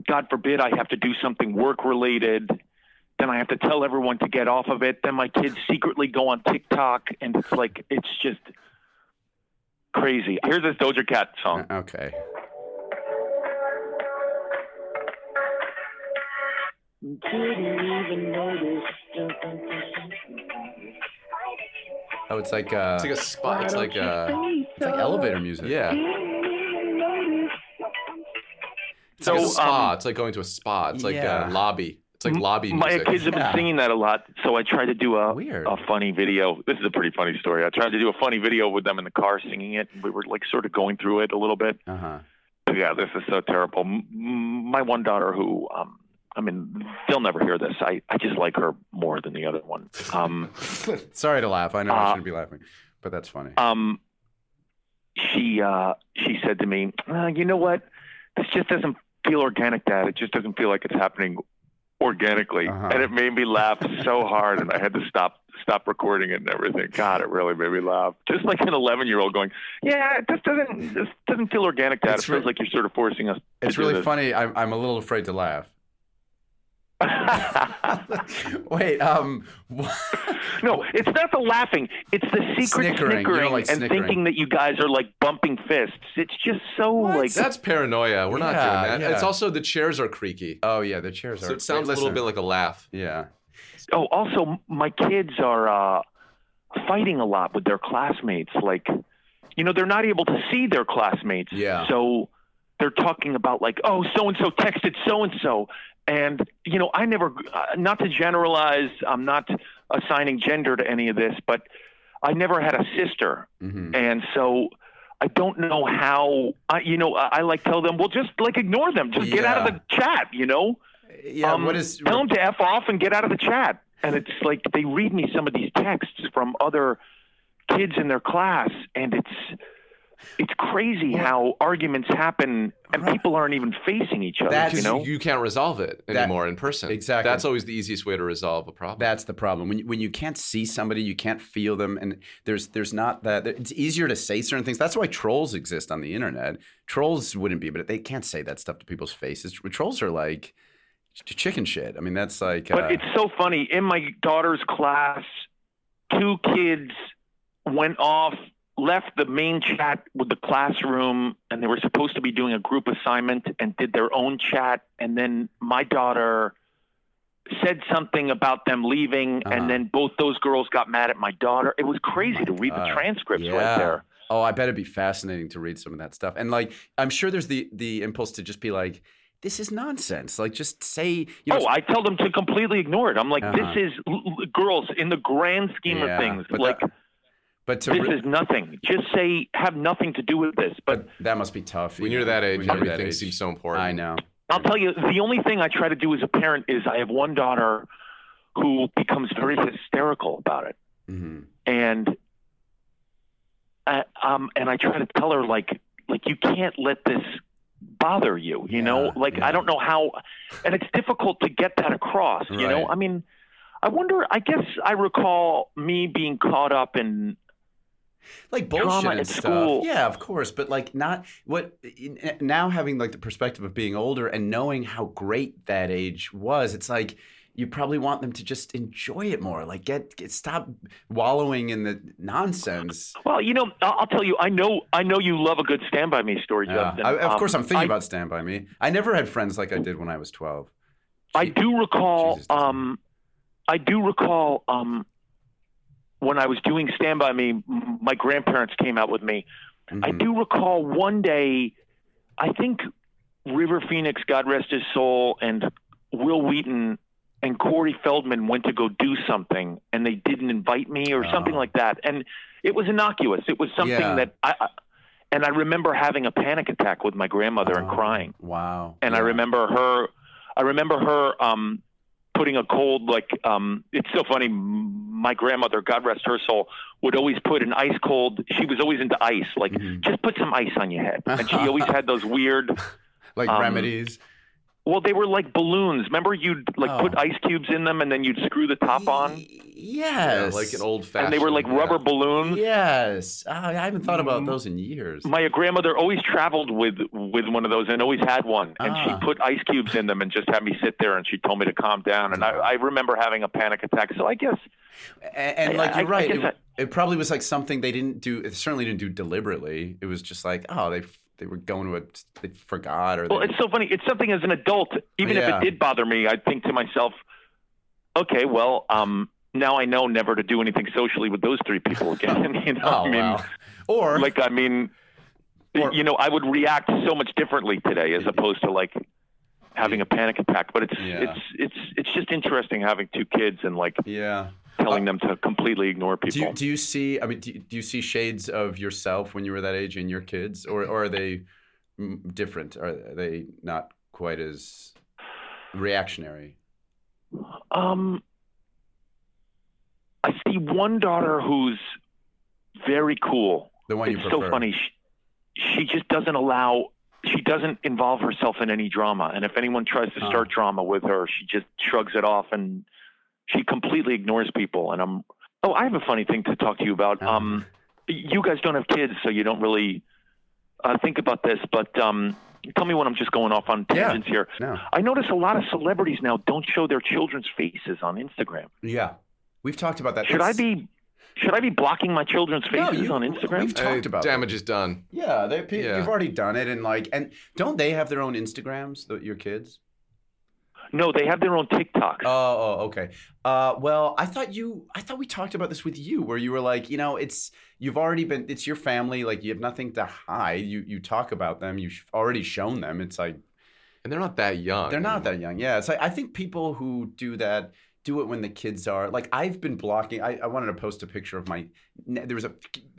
Speaker 7: God forbid I have to do something work related. Then I have to tell everyone to get off of it. Then my kids secretly go on TikTok, and it's like it's just crazy. Here's this Doja Cat song.
Speaker 5: okay.
Speaker 6: Didn't even notice. Dun, dun, dun, dun.
Speaker 5: Oh, it's like uh,
Speaker 3: It's like a spot. It's like a.
Speaker 5: It's like elevator music.
Speaker 3: Yeah.
Speaker 6: Didn't even notice.
Speaker 3: It's like a
Speaker 7: So,
Speaker 3: spa.
Speaker 7: um,
Speaker 3: it's like going to a spa. It's like
Speaker 5: Yeah.
Speaker 3: a lobby. It's like
Speaker 7: M-
Speaker 3: lobby
Speaker 7: My
Speaker 3: music.
Speaker 7: kids have been
Speaker 5: Yeah.
Speaker 7: singing that a lot, so I tried to do a
Speaker 5: Weird.
Speaker 7: a funny video. This is a pretty funny story. I tried to do a funny video with them in the car singing it. We were like sort of going through it a little bit.
Speaker 5: Uh
Speaker 1: Uh-huh.
Speaker 5: huh.
Speaker 7: Yeah, this is so terrible. M- m- My one daughter, who um, I mean, they'll never hear this. I I just like her more than the other one. Um,
Speaker 5: Sorry to laugh. I know I
Speaker 7: Uh,
Speaker 5: shouldn't be laughing, but that's funny.
Speaker 7: um, she uh, she said to me, uh, "You know what? This just doesn't feel organic, Dad. It just doesn't feel like it's happening organically."
Speaker 5: Uh-huh.
Speaker 7: And it made me laugh so hard, and I had to stop stop recording it and everything. God, it really made me laugh. Just like an eleven year old going, "Yeah, this doesn't this doesn't feel organic, Dad.
Speaker 5: It's
Speaker 7: it feels
Speaker 5: re-
Speaker 7: like you're sort of forcing us." to
Speaker 5: it's
Speaker 7: do
Speaker 5: really
Speaker 7: this."
Speaker 5: funny. I'm, I'm a little afraid to laugh. Wait, um, what?
Speaker 7: No, it's not the laughing. It's the secret
Speaker 5: Snickering. You
Speaker 7: snickering,
Speaker 5: don't like
Speaker 7: and
Speaker 5: snickering.
Speaker 7: thinking that you guys are like bumping fists. It's just so like
Speaker 3: That's paranoia. We're not
Speaker 5: Yeah,
Speaker 3: doing that.
Speaker 5: yeah.
Speaker 3: It's also the chairs are creaky.
Speaker 5: oh yeah, the chairs are.
Speaker 9: So it sounds
Speaker 5: Wait,
Speaker 9: a little
Speaker 5: listen.
Speaker 9: bit like a laugh.
Speaker 5: Yeah.
Speaker 7: Oh, also, m- my kids are uh, fighting a lot with their classmates. Like, you know, they're not able to see their classmates.
Speaker 5: Yeah.
Speaker 7: So they're talking about, like, oh, so and so texted so and so. And, you know, I never, uh, not to generalize, I'm not assigning gender to any of this, but I never had a sister.
Speaker 1: mm-hmm.
Speaker 5: hmm
Speaker 7: And so. I don't know how I, you know. I, I like tell them, well, just like ignore them, just get out of the chat, you know
Speaker 5: Yeah.
Speaker 7: um,
Speaker 5: what is?
Speaker 7: tell them to f off and get out of the chat. And it's like they read me some of these texts from other kids in their class, and it's it's crazy how arguments happen and people aren't even facing each other.
Speaker 1: That's-
Speaker 7: you know,
Speaker 3: you can't resolve it
Speaker 1: That-
Speaker 3: anymore in person.
Speaker 1: exactly.
Speaker 3: That's always the easiest way to resolve a problem.
Speaker 1: That's the problem. When you, when you can't see somebody, you can't feel them, and there's there's not that. It's easier to say certain things. That's why trolls exist on the internet. Trolls wouldn't be, but they can't say that stuff to people's faces. Trolls are like ch- chicken shit. I mean, that's like.
Speaker 7: But
Speaker 1: uh,
Speaker 7: it's so funny. In my daughter's class, two kids went off, left the main chat with the classroom, and they were supposed to be doing a group assignment and did their own chat. And then my daughter said something about them leaving,
Speaker 1: Uh-huh.
Speaker 7: and then both those girls got mad at my daughter. It was crazy to read
Speaker 1: God.
Speaker 7: the transcripts
Speaker 1: Yeah.
Speaker 7: right there.
Speaker 1: Oh, I bet it'd be fascinating to read some of that stuff. And like, I'm sure there's the the impulse to just be like, "This is nonsense." Like, just say, you know,
Speaker 7: oh, I tell them to completely ignore it. I'm like,
Speaker 1: Uh-huh.
Speaker 7: this is l- l- girls in the grand scheme
Speaker 1: Yeah,
Speaker 7: of things.
Speaker 1: but
Speaker 7: Like,
Speaker 1: that- but to
Speaker 7: this
Speaker 1: re-
Speaker 7: is nothing. Just say have nothing to do with this. But
Speaker 1: but that must be tough.
Speaker 3: when
Speaker 1: you
Speaker 3: you're
Speaker 1: know,
Speaker 3: that age,
Speaker 1: when you're that
Speaker 3: everything
Speaker 1: age.
Speaker 3: seems so important.
Speaker 1: I know.
Speaker 7: I'll tell you, the only thing I try to do as a parent is I have one daughter who becomes very hysterical about it,
Speaker 1: hmm
Speaker 7: and I, um, and I try to tell her like like you can't let this bother you. You know,
Speaker 1: Yeah,
Speaker 7: like
Speaker 1: yeah.
Speaker 7: I don't know how, and it's difficult to get that across. You know,
Speaker 1: Right.
Speaker 7: I mean, I wonder. I guess I recall me being caught up in
Speaker 1: like
Speaker 7: Drama
Speaker 1: bullshit and
Speaker 7: at
Speaker 1: stuff.
Speaker 7: school.
Speaker 1: Yeah, of course, but like not what n- now having like the perspective of being older and knowing how great that age was. It's like you probably want them to just enjoy it more. Like get, get stop wallowing in the nonsense.
Speaker 7: well, you know, I'll, I'll tell you, I know, I know you love a good Stand By Me story,
Speaker 1: Yeah.
Speaker 7: Justin.
Speaker 1: I, of
Speaker 7: Um,
Speaker 1: course, I'm thinking
Speaker 7: I-
Speaker 1: about Stand by Me. I never had friends like I did when I was 12.
Speaker 7: I
Speaker 1: Gee,
Speaker 7: do recall.
Speaker 1: Jesus, that's
Speaker 7: Um, I do recall um, when I was doing Stand by Me, m- my grandparents came out with me. I
Speaker 1: mhm.
Speaker 7: do recall one day. I think River Phoenix, God rest his soul, and Will Wheaton and Corey Feldman went to go do something, and they didn't invite me or something
Speaker 1: Oh.
Speaker 7: like that. And it was innocuous. It was something
Speaker 1: Yeah.
Speaker 7: that I. I and I remember having a panic attack with my grandmother and
Speaker 1: Oh,
Speaker 7: crying
Speaker 1: Wow.
Speaker 7: and I
Speaker 1: Yeah.
Speaker 7: remember her. I remember her um, putting a cold like um, it's so funny. m- My grandmother, God rest her soul, would always put an ice cold. She was always into ice, like
Speaker 1: Mhm.
Speaker 7: just put some ice on your head. And she always had those weird.
Speaker 1: like
Speaker 7: um,
Speaker 1: remedies.
Speaker 7: Well, they were like balloons. Remember, you'd like
Speaker 1: Oh.
Speaker 7: put ice cubes in them, and then you'd screw the top on,
Speaker 1: Y-
Speaker 3: Yeah,
Speaker 1: Yes.
Speaker 3: like an old fashioned. uh,
Speaker 7: and they were like rubber balloons.
Speaker 1: Yes. Ah, I haven't thought about
Speaker 7: Mhm.
Speaker 1: those in years.
Speaker 7: My grandmother always traveled with with one of those and always had one, and
Speaker 1: Ah.
Speaker 7: she put ice cubes in them and just had me sit there, and she told me to calm down, and I, I remember having a panic attack. So I guess
Speaker 1: A- And,
Speaker 7: I-
Speaker 1: like
Speaker 7: I-
Speaker 1: you're
Speaker 7: I
Speaker 1: right,
Speaker 7: guess
Speaker 1: it, it probably was like something they didn't do. It certainly didn't do deliberately. It was just like, oh, they f- they were going to a they forgot or
Speaker 7: Well,
Speaker 1: they,
Speaker 7: it's so funny. It's something as an adult, even
Speaker 1: Yeah.
Speaker 7: if it did bother me, I'd think to myself, okay, well, um, now I know never to do anything socially with those three people again. you know,
Speaker 1: oh
Speaker 7: I mean,
Speaker 1: wow. Or
Speaker 7: like, I mean,
Speaker 1: Or-
Speaker 7: you know, I would react so much differently today as opposed to like having a panic attack. But it's
Speaker 1: Yeah.
Speaker 7: it's it's it's just interesting having two kids and like
Speaker 1: yeah.
Speaker 7: telling them to completely ignore
Speaker 1: Do you,
Speaker 7: people.
Speaker 1: do you see? I mean, do you, do you see shades of yourself when you were that age in your kids, or or are they mm, different? Are they not quite as reactionary?
Speaker 7: Um, I see one daughter who's very cool.
Speaker 1: The one
Speaker 7: it's
Speaker 1: you prefer.
Speaker 7: so funny. She, she just doesn't allow. She doesn't involve herself in any drama, and if anyone tries to
Speaker 1: Huh.
Speaker 7: start drama with her, she just shrugs it off and she completely ignores people. And I'm. Oh, I have a funny thing to talk to you about.
Speaker 1: Uh-huh.
Speaker 7: Um, you guys don't have kids, so you don't really uh, think about this. But um, tell me when I'm just going off on
Speaker 1: Yeah.
Speaker 7: tangents here.
Speaker 1: No.
Speaker 7: I notice a lot of celebrities now don't show their children's faces on Instagram.
Speaker 1: Yeah, we've talked about that.
Speaker 7: Should I
Speaker 1: It's-
Speaker 7: be? Should I be blocking my children's
Speaker 1: No,
Speaker 7: faces
Speaker 1: you-
Speaker 7: on Instagram?
Speaker 1: we've talked about
Speaker 3: damage is done.
Speaker 1: Yeah, they, pe-
Speaker 3: Yeah.
Speaker 1: you've already done it, and like, and don't they have their own Instagrams? The, your kids?
Speaker 7: No, they have their own TikToks.
Speaker 1: Oh, oh, okay. Uh, well, I thought you, I thought we talked about this with you, where you were like, you know, it's you've already been, it's your family, like you have nothing to hide. You you talk about them, you've already shown them. It's like
Speaker 3: And they're not that young.
Speaker 1: they're not that young. Yeah, it's like I think people who do that do it when the kids are like I've been blocking. I, I wanted to post a picture of my. There was a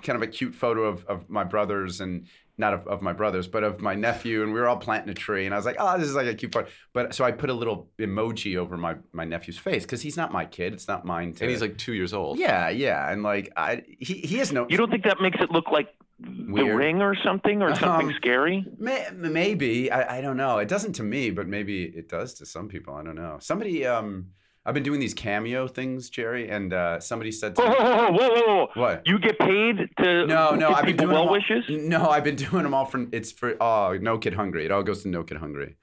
Speaker 1: kind of a cute photo of, of my brothers and not of, of my brothers, but of my nephew, and we were all planting a tree, and I was like, oh, this is like a cute photo. But so I put a little emoji over my my nephew's face because he's not my kid. It's not mine. To,
Speaker 3: And he's like two years old.
Speaker 1: yeah, yeah, and like I he he has no.
Speaker 7: You don't think that makes it look like The
Speaker 1: Weird.
Speaker 7: Ring or something or something
Speaker 1: Um,
Speaker 7: scary?
Speaker 1: May- Maybe I, I don't know. It doesn't to me, but maybe it does to some people. I don't know. Somebody, um, I've been doing these cameo things, Jerry, and uh, somebody said, to
Speaker 7: Whoa,
Speaker 1: me,
Speaker 7: whoa, whoa, whoa, whoa, whoa.
Speaker 1: "What?
Speaker 7: You get paid to
Speaker 1: no, no,
Speaker 7: give
Speaker 1: I've been
Speaker 7: people
Speaker 1: doing
Speaker 7: well
Speaker 1: them all-
Speaker 7: wishes?
Speaker 1: No, I've been doing them all for it's for oh, no kid hungry. It all goes to no kid hungry.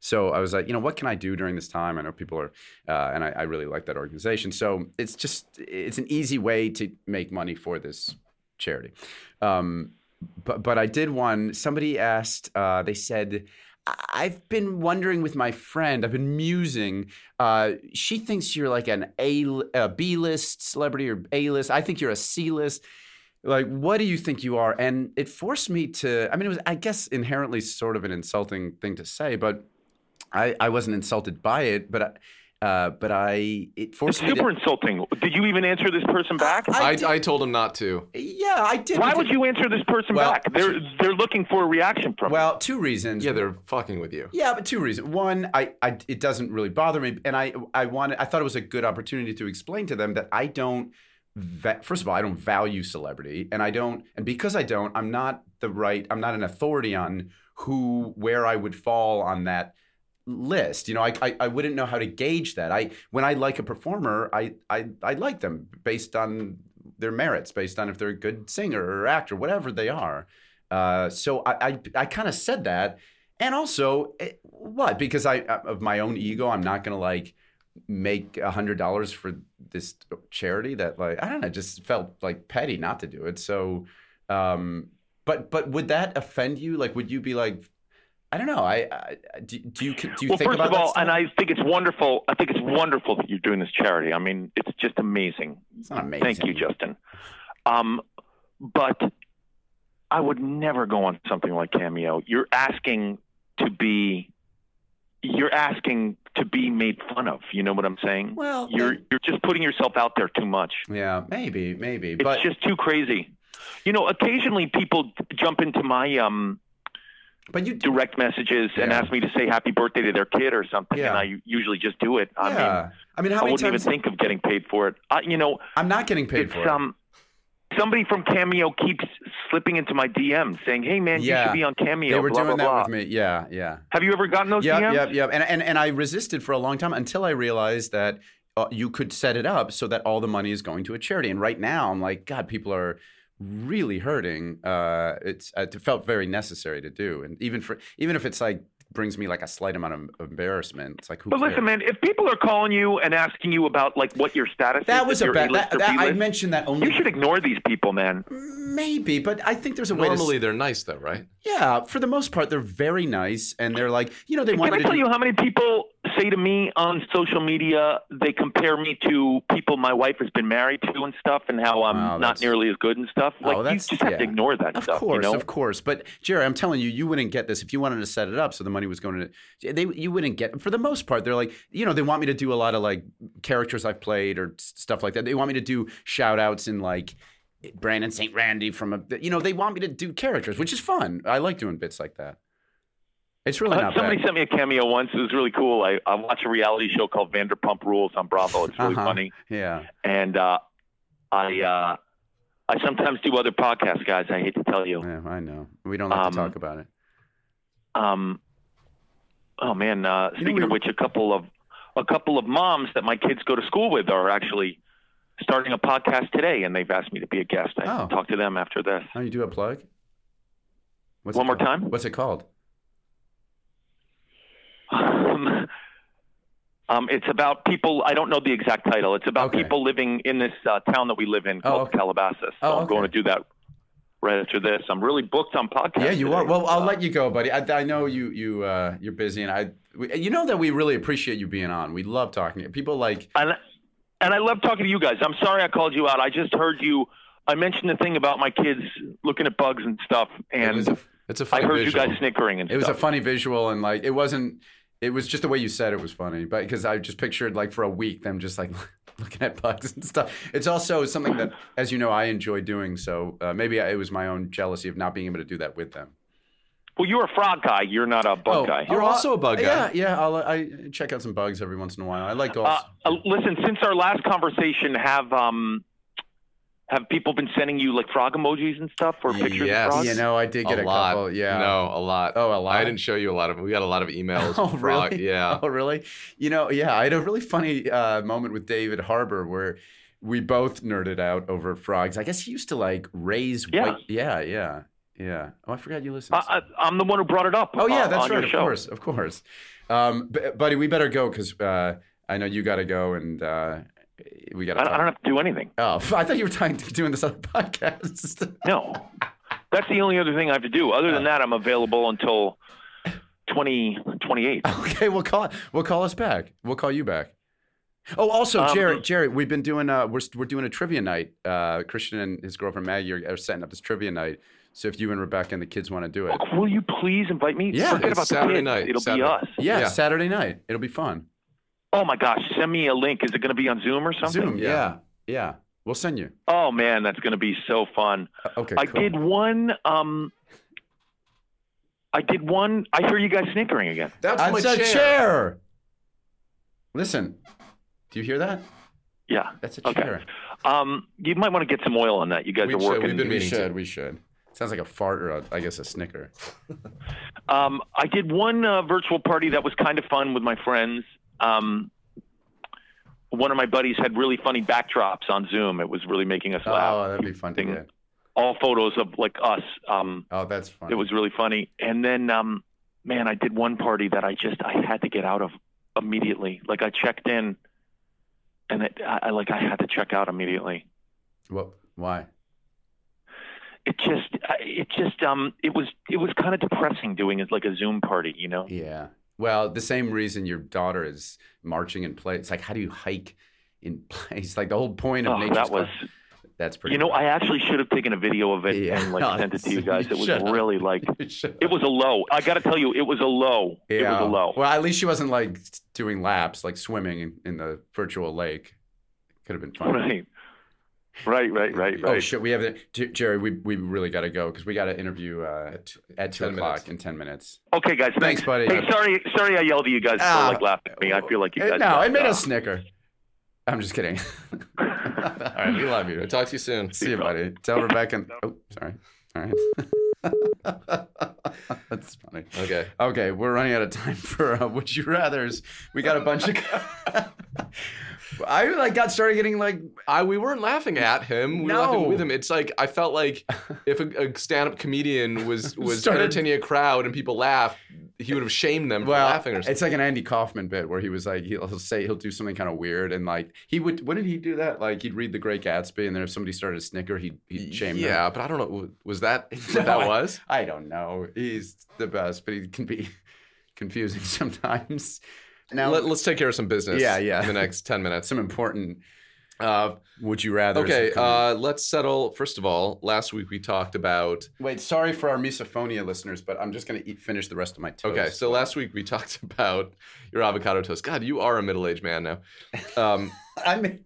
Speaker 1: So I was like, you know, what can I do during this time? I know people are, uh, and I, I really like that organization. So it's just it's an easy way to make money for this charity. Um, but but I did one. Somebody asked. Uh, they said. "I- I've been wondering with my friend. I've been musing. Uh, she thinks you're like an A, a B list celebrity or A list. I think you're a C list like what do you think you are and it forced me to i mean it was i guess inherently sort of an insulting thing to say but i i wasn't insulted by it but i uh, but i it
Speaker 7: It's
Speaker 1: forced me
Speaker 7: super
Speaker 1: to
Speaker 7: insulting. Did you even answer this person back?
Speaker 1: I
Speaker 3: I,
Speaker 1: did-
Speaker 3: I told him not to.
Speaker 1: yeah i did
Speaker 7: Why
Speaker 1: because-
Speaker 7: would you answer this person
Speaker 1: Well,
Speaker 7: back? They're they're looking for a reaction from. you.
Speaker 1: well two reasons
Speaker 3: Yeah, they're fucking with you.
Speaker 1: Yeah, but two reasons. One, I, I it doesn't really bother me, and I I wanted I thought it was a good opportunity to explain to them that I don't. va- First of all, I don't value celebrity, and I don't, and because I don't, I'm not the right. I'm not an authority on who where I would fall on that list. You know, I, I I wouldn't know how to gauge that. I when I like a performer, I I I like them based on their merits, based on if they're a good singer or actor, whatever they are. Uh, so I I, I kind of said that, and also eh, what because I of my own ego, I'm not gonna like make a hundred dollars for this charity that like I don't know, just felt like petty not to do it. So, um, but but would that offend you? Like, would you be like? I don't know. I, I I- do. Do you do you
Speaker 7: well,
Speaker 1: think
Speaker 7: first
Speaker 1: about
Speaker 7: of
Speaker 1: that
Speaker 7: all,
Speaker 1: stuff?
Speaker 7: and I think it's wonderful. I think it's wonderful that you're doing this charity. I mean, it's just amazing.
Speaker 1: It's not amazing.
Speaker 7: Thank you, Justin. Um, but I would never go on something like Cameo. You're asking to be, you're asking to be made fun of. You know what I'm saying?
Speaker 1: Well,
Speaker 7: you're you're just putting yourself out there too much.
Speaker 1: yeah, maybe, maybe,
Speaker 7: It's
Speaker 1: but
Speaker 7: just too crazy. You know, occasionally people jump into my um,
Speaker 1: but you
Speaker 7: direct messages and
Speaker 1: Yeah.
Speaker 7: ask me to say happy birthday to their kid or something,
Speaker 1: Yeah.
Speaker 7: and I usually just do it. I mean,
Speaker 1: yeah. I mean, how
Speaker 7: I
Speaker 1: many
Speaker 7: wouldn't even
Speaker 1: times?
Speaker 7: think of getting paid for it. I, you know,
Speaker 1: I'm not getting paid
Speaker 7: it's
Speaker 1: for it.
Speaker 7: um somebody from Cameo keeps slipping into my DM saying, "Hey man, you
Speaker 1: Yeah.
Speaker 7: should be on Cameo."
Speaker 1: they were
Speaker 7: blah,
Speaker 1: doing
Speaker 7: blah,
Speaker 1: that
Speaker 7: blah.
Speaker 1: with me. Yeah, yeah.
Speaker 7: Have you ever gotten those
Speaker 1: yep,
Speaker 7: DMs?
Speaker 1: Yep, yep, And, and and I resisted for a long time until I realized that uh, you could set it up so that all the money is going to a charity. And right now, I'm like, God, people are really hurting. Uh, it's it felt very necessary to do, and even for even if it's like brings me like a slight amount of embarrassment, it's like who
Speaker 7: But listen,
Speaker 1: cares?
Speaker 7: man, if people are calling you and asking you about like what your status is,
Speaker 1: That
Speaker 7: if
Speaker 1: was a
Speaker 7: you're
Speaker 1: bad.
Speaker 7: A-list
Speaker 1: That,
Speaker 7: or
Speaker 1: that- I
Speaker 7: B-list,
Speaker 1: mentioned that
Speaker 7: you
Speaker 1: only
Speaker 7: should ignore these people, man.
Speaker 1: maybe, but I think there's a way to.
Speaker 3: Normally they're nice though, right?
Speaker 1: Yeah, for the most part, they're very nice, and they're like, you know, they
Speaker 7: Can
Speaker 1: want
Speaker 7: I
Speaker 1: to.
Speaker 7: tell
Speaker 1: do-
Speaker 7: you how many people say to me on social media they compare me to people my wife has been married to and stuff, and how I'm
Speaker 1: Wow,
Speaker 7: not
Speaker 1: that's-
Speaker 7: nearly as good and stuff?
Speaker 1: Oh,
Speaker 7: Like you
Speaker 1: that's-
Speaker 7: just have to
Speaker 1: yeah.
Speaker 7: ignore that
Speaker 1: Of
Speaker 7: stuff.
Speaker 1: course,
Speaker 7: you know?
Speaker 1: of course. But Jerry, I'm telling you, you wouldn't get this if you wanted to set it up so the money was going to they you wouldn't get for the most part, they're like, you know, they want me to do a lot of like characters I've played or s- stuff like that. They want me to do shout outs in like Brandon St. Randy from a you know, they want me to do characters, which is fun. I like doing bits like that. It's really
Speaker 7: Uh,
Speaker 1: not
Speaker 7: somebody
Speaker 1: bad.
Speaker 7: sent me a cameo once. It was really cool. I, I watch a reality show called Vanderpump Rules on Bravo. It's really
Speaker 1: Uh-huh.
Speaker 7: funny.
Speaker 1: Yeah.
Speaker 7: And uh, I uh, I sometimes do other podcasts, guys. I hate to tell you.
Speaker 1: Yeah, I know. We don't like
Speaker 7: Um,
Speaker 1: to talk about it.
Speaker 7: Um, oh man. Uh,
Speaker 1: know,
Speaker 7: speaking
Speaker 1: we
Speaker 7: of
Speaker 1: were-
Speaker 7: which, a couple of a couple of moms that my kids go to school with are actually starting a podcast today, and they've asked me to be a guest. I
Speaker 1: Oh.
Speaker 7: talked to them after this.
Speaker 1: Oh, you do a plug? What's it
Speaker 7: One more
Speaker 1: called?
Speaker 7: time?
Speaker 1: What's it called?
Speaker 7: Um, um, it's about people. I don't know the exact title. It's about
Speaker 1: Okay.
Speaker 7: people living in this uh, town that we live in
Speaker 1: Oh,
Speaker 7: called
Speaker 1: okay.
Speaker 7: Calabasas. So
Speaker 1: Oh,
Speaker 7: I'm going to
Speaker 1: okay.
Speaker 7: do that right after this. I'm really booked on podcasts.
Speaker 1: Yeah, you
Speaker 7: today.
Speaker 1: are. Well, I'll
Speaker 7: Uh,
Speaker 1: let you go, buddy. I, I know you you uh, you're busy, and I we, you know that we really appreciate you being on. We love talking. to you. People like
Speaker 7: And and I love talking to you guys. I'm sorry I called you out. I just heard you. I mentioned the thing about my kids looking at bugs and stuff,
Speaker 3: It was
Speaker 7: and
Speaker 3: a, it's a
Speaker 7: I
Speaker 3: funny
Speaker 7: heard
Speaker 3: visual.
Speaker 7: you guys snickering and
Speaker 1: it was a
Speaker 7: stuff.
Speaker 1: funny visual, and like it wasn't. It was just the way you said it was funny, but because I just pictured like for a week them just like looking at bugs and stuff. It's also something that, as you know, I enjoy doing. So uh, maybe I, it was my own jealousy of not being able to do that with them.
Speaker 7: well, you're a frog guy. You're not a bug
Speaker 1: Oh,
Speaker 7: guy.
Speaker 3: You're
Speaker 1: I'll-
Speaker 3: also a bug guy.
Speaker 1: Yeah, yeah. I'll,
Speaker 5: uh,
Speaker 1: I check out some bugs every once in a while. I like all.
Speaker 7: Uh, uh, listen, since our last conversation, have um, have people been sending you like frog emojis and stuff or pictures
Speaker 3: Yes.
Speaker 7: of frogs?
Speaker 5: You know, I did get a,
Speaker 3: lot.
Speaker 5: couple. Yeah.
Speaker 3: No, a lot.
Speaker 5: Oh, a lot?
Speaker 3: I didn't show you a lot of them. We got a lot of emails.
Speaker 5: Oh,
Speaker 3: from Frog.
Speaker 5: really?
Speaker 3: Yeah.
Speaker 5: Oh, really? You know, yeah, I had a really funny uh, moment with David Harbour where we both nerded out over frogs. I guess he used to like raise
Speaker 7: Yeah.
Speaker 5: white. Yeah, yeah, yeah. Oh, I forgot you listened.
Speaker 7: I, I, Uh, I'm the one who brought it up.
Speaker 5: oh, yeah,
Speaker 7: uh,
Speaker 5: that's
Speaker 7: on
Speaker 5: right.
Speaker 7: your
Speaker 5: Of
Speaker 7: show.
Speaker 5: course, of course. Um, b- buddy, we better go because uh, I know you got to go and uh, we got
Speaker 7: I,
Speaker 5: to.
Speaker 7: I don't have to do anything.
Speaker 5: Oh, I thought you were talking, doing this other podcast.
Speaker 7: No, that's the only other thing I have to do. Other than that, I'm available until 20, 28.
Speaker 5: Okay, we'll call we'll call us back. We'll call you back. Oh, also,
Speaker 7: Um,
Speaker 5: Jerry, Jerry, we've been doing uh, we're we're doing a trivia night. Uh, Christian and his girlfriend Maggie are, are setting up this trivia night. So if you and Rebecca and the kids want to do it,
Speaker 7: Will you please invite me?
Speaker 5: Yeah,
Speaker 7: Forget
Speaker 3: it's
Speaker 7: about
Speaker 3: Saturday
Speaker 7: the kids.
Speaker 3: night,
Speaker 7: It'll
Speaker 3: Saturday.
Speaker 7: be us.
Speaker 5: yeah,
Speaker 3: Yeah.
Speaker 5: Saturday night, it'll be fun.
Speaker 7: Oh my gosh, send me a link. Is it going to be on Zoom or something?
Speaker 5: Zoom, yeah. yeah, we'll send you.
Speaker 7: Oh man, that's going to be so fun.
Speaker 5: Uh, Okay,
Speaker 7: I
Speaker 5: cool.
Speaker 7: did one. Um, I did one. I hear you guys snickering again.
Speaker 3: That's
Speaker 5: I
Speaker 3: my
Speaker 5: said
Speaker 3: chair.
Speaker 5: chair. Listen, do you hear that?
Speaker 7: Yeah.
Speaker 5: That's a
Speaker 7: Okay.
Speaker 5: chair.
Speaker 7: Um, you might want to get some oil on that. You guys
Speaker 3: We
Speaker 7: are
Speaker 3: should-
Speaker 7: working.
Speaker 3: we've been
Speaker 5: We
Speaker 3: meaning to.
Speaker 5: should. We should. Sounds like a fart or a, I guess a snicker.
Speaker 7: Um, I did one uh, virtual party that was kind of fun with my friends. Um, one of my buddies had really funny backdrops on Zoom. It was really making us laugh.
Speaker 5: Oh, that'd be fun to
Speaker 7: Thing-
Speaker 5: get.
Speaker 3: Oh.
Speaker 7: All photos of like us. Um,
Speaker 5: Oh, that's fun.
Speaker 7: it was really funny. And then, um, man, I did one party that I just I had to get out of immediately. Like I checked in, and it, I, I like I had to check out immediately.
Speaker 5: What? Why?
Speaker 7: It just I- it just um it was it was kind of depressing doing it like a Zoom party, you know.
Speaker 5: Yeah. Well, the same reason your daughter is marching in place. It's like, how do you hike in place? Like the whole point of
Speaker 7: Oh,
Speaker 5: nature's
Speaker 7: that was
Speaker 5: cla- that's pretty.
Speaker 7: You know, I actually should have taken a video of it
Speaker 5: Yeah.
Speaker 7: and like sent it to you guys. It was
Speaker 5: Shut up.
Speaker 7: really like
Speaker 5: Shut
Speaker 7: it was a low. I got to tell you, it was a low. It was a low.
Speaker 5: Well, at least she wasn't like doing laps, like swimming in, in the virtual lake. Could have been fun.
Speaker 7: Right. Right, right, right,
Speaker 5: Oh
Speaker 7: right.
Speaker 5: shit! We have to, Jer- Jerry. We we really got to go because we got to interview uh, at two
Speaker 3: 10
Speaker 5: o'clock
Speaker 3: minutes.
Speaker 5: in ten minutes.
Speaker 7: okay, guys.
Speaker 5: Thanks, buddy.
Speaker 7: Hey, sorry, sorry, I yelled at you guys
Speaker 5: Ah.
Speaker 7: for like laughing at me. I feel like you
Speaker 5: Eh,
Speaker 7: guys.
Speaker 5: no,
Speaker 7: got,
Speaker 5: it made
Speaker 7: uh,
Speaker 5: us snicker. I'm just kidding. All right, we love you.
Speaker 3: I'll talk to you soon.
Speaker 5: See you, buddy. Tell Rebecca. And, oh, sorry. All right. That's funny.
Speaker 3: Okay.
Speaker 5: Okay, we're running out of time for uh, Would You Rather's. We got a bunch of. I like got started getting like
Speaker 3: I we weren't laughing at him. We were
Speaker 5: No.
Speaker 3: laughing with him. It's like I felt like if a, a stand-up comedian was was
Speaker 5: Started-
Speaker 3: entertaining a crowd and people laughed, he would have shamed them for
Speaker 5: well,
Speaker 3: laughing or something.
Speaker 5: it's like an Andy Kaufman bit where he was like he'll he'll say he'll do something kind of weird and like he would wouldn't he do that like he'd read The Great Gatsby and then if somebody started to snicker he'd, he'd shame them.
Speaker 3: yeah, but I don't know. Was that what
Speaker 5: No, I-
Speaker 3: that was?
Speaker 5: I don't know. He's the best, but he can be confusing sometimes. Now
Speaker 3: Let, us take care of some business.
Speaker 5: Yeah, yeah.
Speaker 3: In the next ten minutes.
Speaker 5: some important uh would you rather
Speaker 3: Okay, uh, let's settle. First of all, last week we talked about.
Speaker 5: wait sorry for our misophonia listeners but i'm just gonna eat finish the rest of my toast
Speaker 3: Okay, so last week we talked about your avocado toast. God, you are a middle-aged man now. Um,
Speaker 5: i made,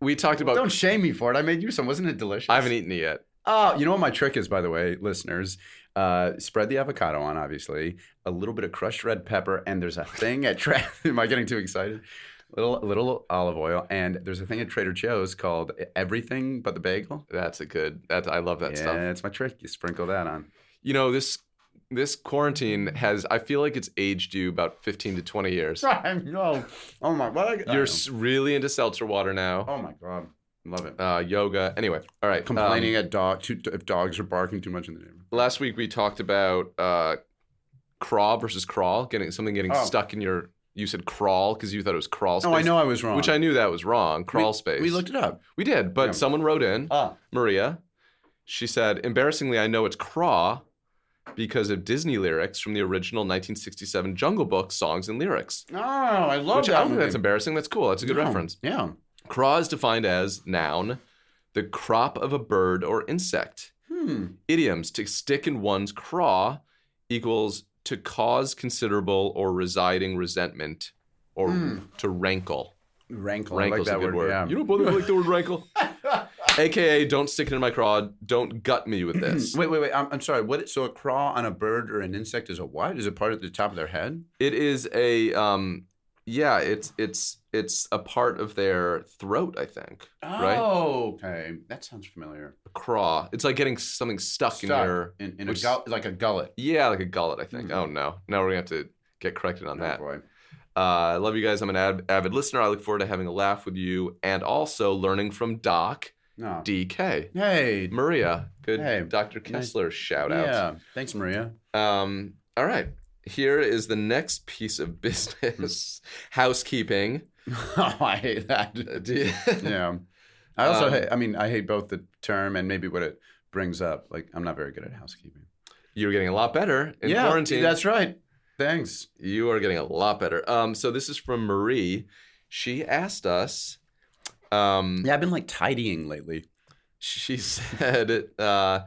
Speaker 3: we talked about.
Speaker 5: don't shame me for it i made you some wasn't it delicious
Speaker 3: I haven't eaten it yet.
Speaker 5: oh you know what my trick is by the way listeners uh, spread the avocado on obviously a little bit of crushed red pepper and there's a thing at tra- am i getting too excited little little olive oil and there's a thing at trader joe's called everything but the bagel
Speaker 3: That's a good. That I love that
Speaker 5: yeah
Speaker 3: stuff.
Speaker 5: that's my trick you sprinkle that on
Speaker 3: you know this this quarantine has i feel like it's aged you about 15 to 20 years
Speaker 5: no oh my god
Speaker 3: you're s- really into seltzer water now
Speaker 5: oh my god love it
Speaker 3: uh, yoga anyway all right um,
Speaker 5: complaining at dog too, if dogs are barking too much in the neighborhood.
Speaker 3: last week we talked about uh, crawl versus crawl getting something getting
Speaker 5: Oh.
Speaker 3: stuck in your you said crawl because you thought it was crawl space
Speaker 5: Oh, I know I was wrong.
Speaker 3: which i knew that was wrong crawl
Speaker 5: we,
Speaker 3: space
Speaker 5: We looked it up.
Speaker 3: we did but
Speaker 5: Yeah.
Speaker 3: someone wrote in
Speaker 5: Ah,
Speaker 3: maria she said embarrassingly i know it's craw because of disney lyrics from the original 1967 jungle book songs and lyrics
Speaker 5: oh, I love
Speaker 3: Which
Speaker 5: that.
Speaker 3: I don't think
Speaker 5: movie.
Speaker 3: that's embarrassing. That's cool. That's a good
Speaker 5: No.
Speaker 3: reference.
Speaker 5: Yeah.
Speaker 3: Craw is defined as noun, the crop of a bird or insect.
Speaker 5: Hmm.
Speaker 3: Idioms to stick in one's craw equals to cause considerable or residing resentment or
Speaker 5: Hmm.
Speaker 3: to rankle.
Speaker 5: Rankle. I
Speaker 3: Rankle's
Speaker 5: like that
Speaker 3: a good word.
Speaker 5: Yeah.
Speaker 3: You don't bother like the word rankle. AKA, don't stick it in my craw. Don't gut me with this.
Speaker 5: Wait, wait, wait. I'm, I'm sorry. What? So a craw on a bird or an insect is a what? Is it part of the top of their head?
Speaker 3: it is a um, yeah, it's it's it's a part of their throat, I think. Right?
Speaker 1: Oh, okay. That sounds familiar.
Speaker 3: A craw. It's like getting something stuck, in
Speaker 1: Stuck
Speaker 3: your
Speaker 1: in, in a
Speaker 3: which-
Speaker 1: gull like a gullet.
Speaker 3: Yeah, like a gullet, I think. Oh no. Now we're gonna have to get corrected on
Speaker 1: Oh,
Speaker 3: that.
Speaker 1: boy.
Speaker 3: Uh, I love you guys. I'm an ad- avid listener. I look forward to having a laugh with you and also learning from Doc
Speaker 1: No.
Speaker 3: DK.
Speaker 1: Hey.
Speaker 3: Maria, good
Speaker 1: Hey,
Speaker 3: Dr. Kessler shout out.
Speaker 1: Yeah. Thanks, Maria.
Speaker 3: Um, all right. Here is the next piece of business housekeeping.
Speaker 1: oh, I hate that.
Speaker 3: Uh, do you-
Speaker 1: yeah. I also
Speaker 3: Um,
Speaker 1: hate, I mean, I hate both the term and maybe what it brings up. Like, I'm not very good at housekeeping.
Speaker 3: You're getting a lot better in
Speaker 1: yeah,
Speaker 3: quarantine.
Speaker 1: That's right.
Speaker 3: Mm-hmm.
Speaker 1: Thanks.
Speaker 3: You are getting a lot better. Um, so this is from Marie. She asked us. Um,
Speaker 1: Yeah, I've been like tidying lately.
Speaker 3: she said, uh,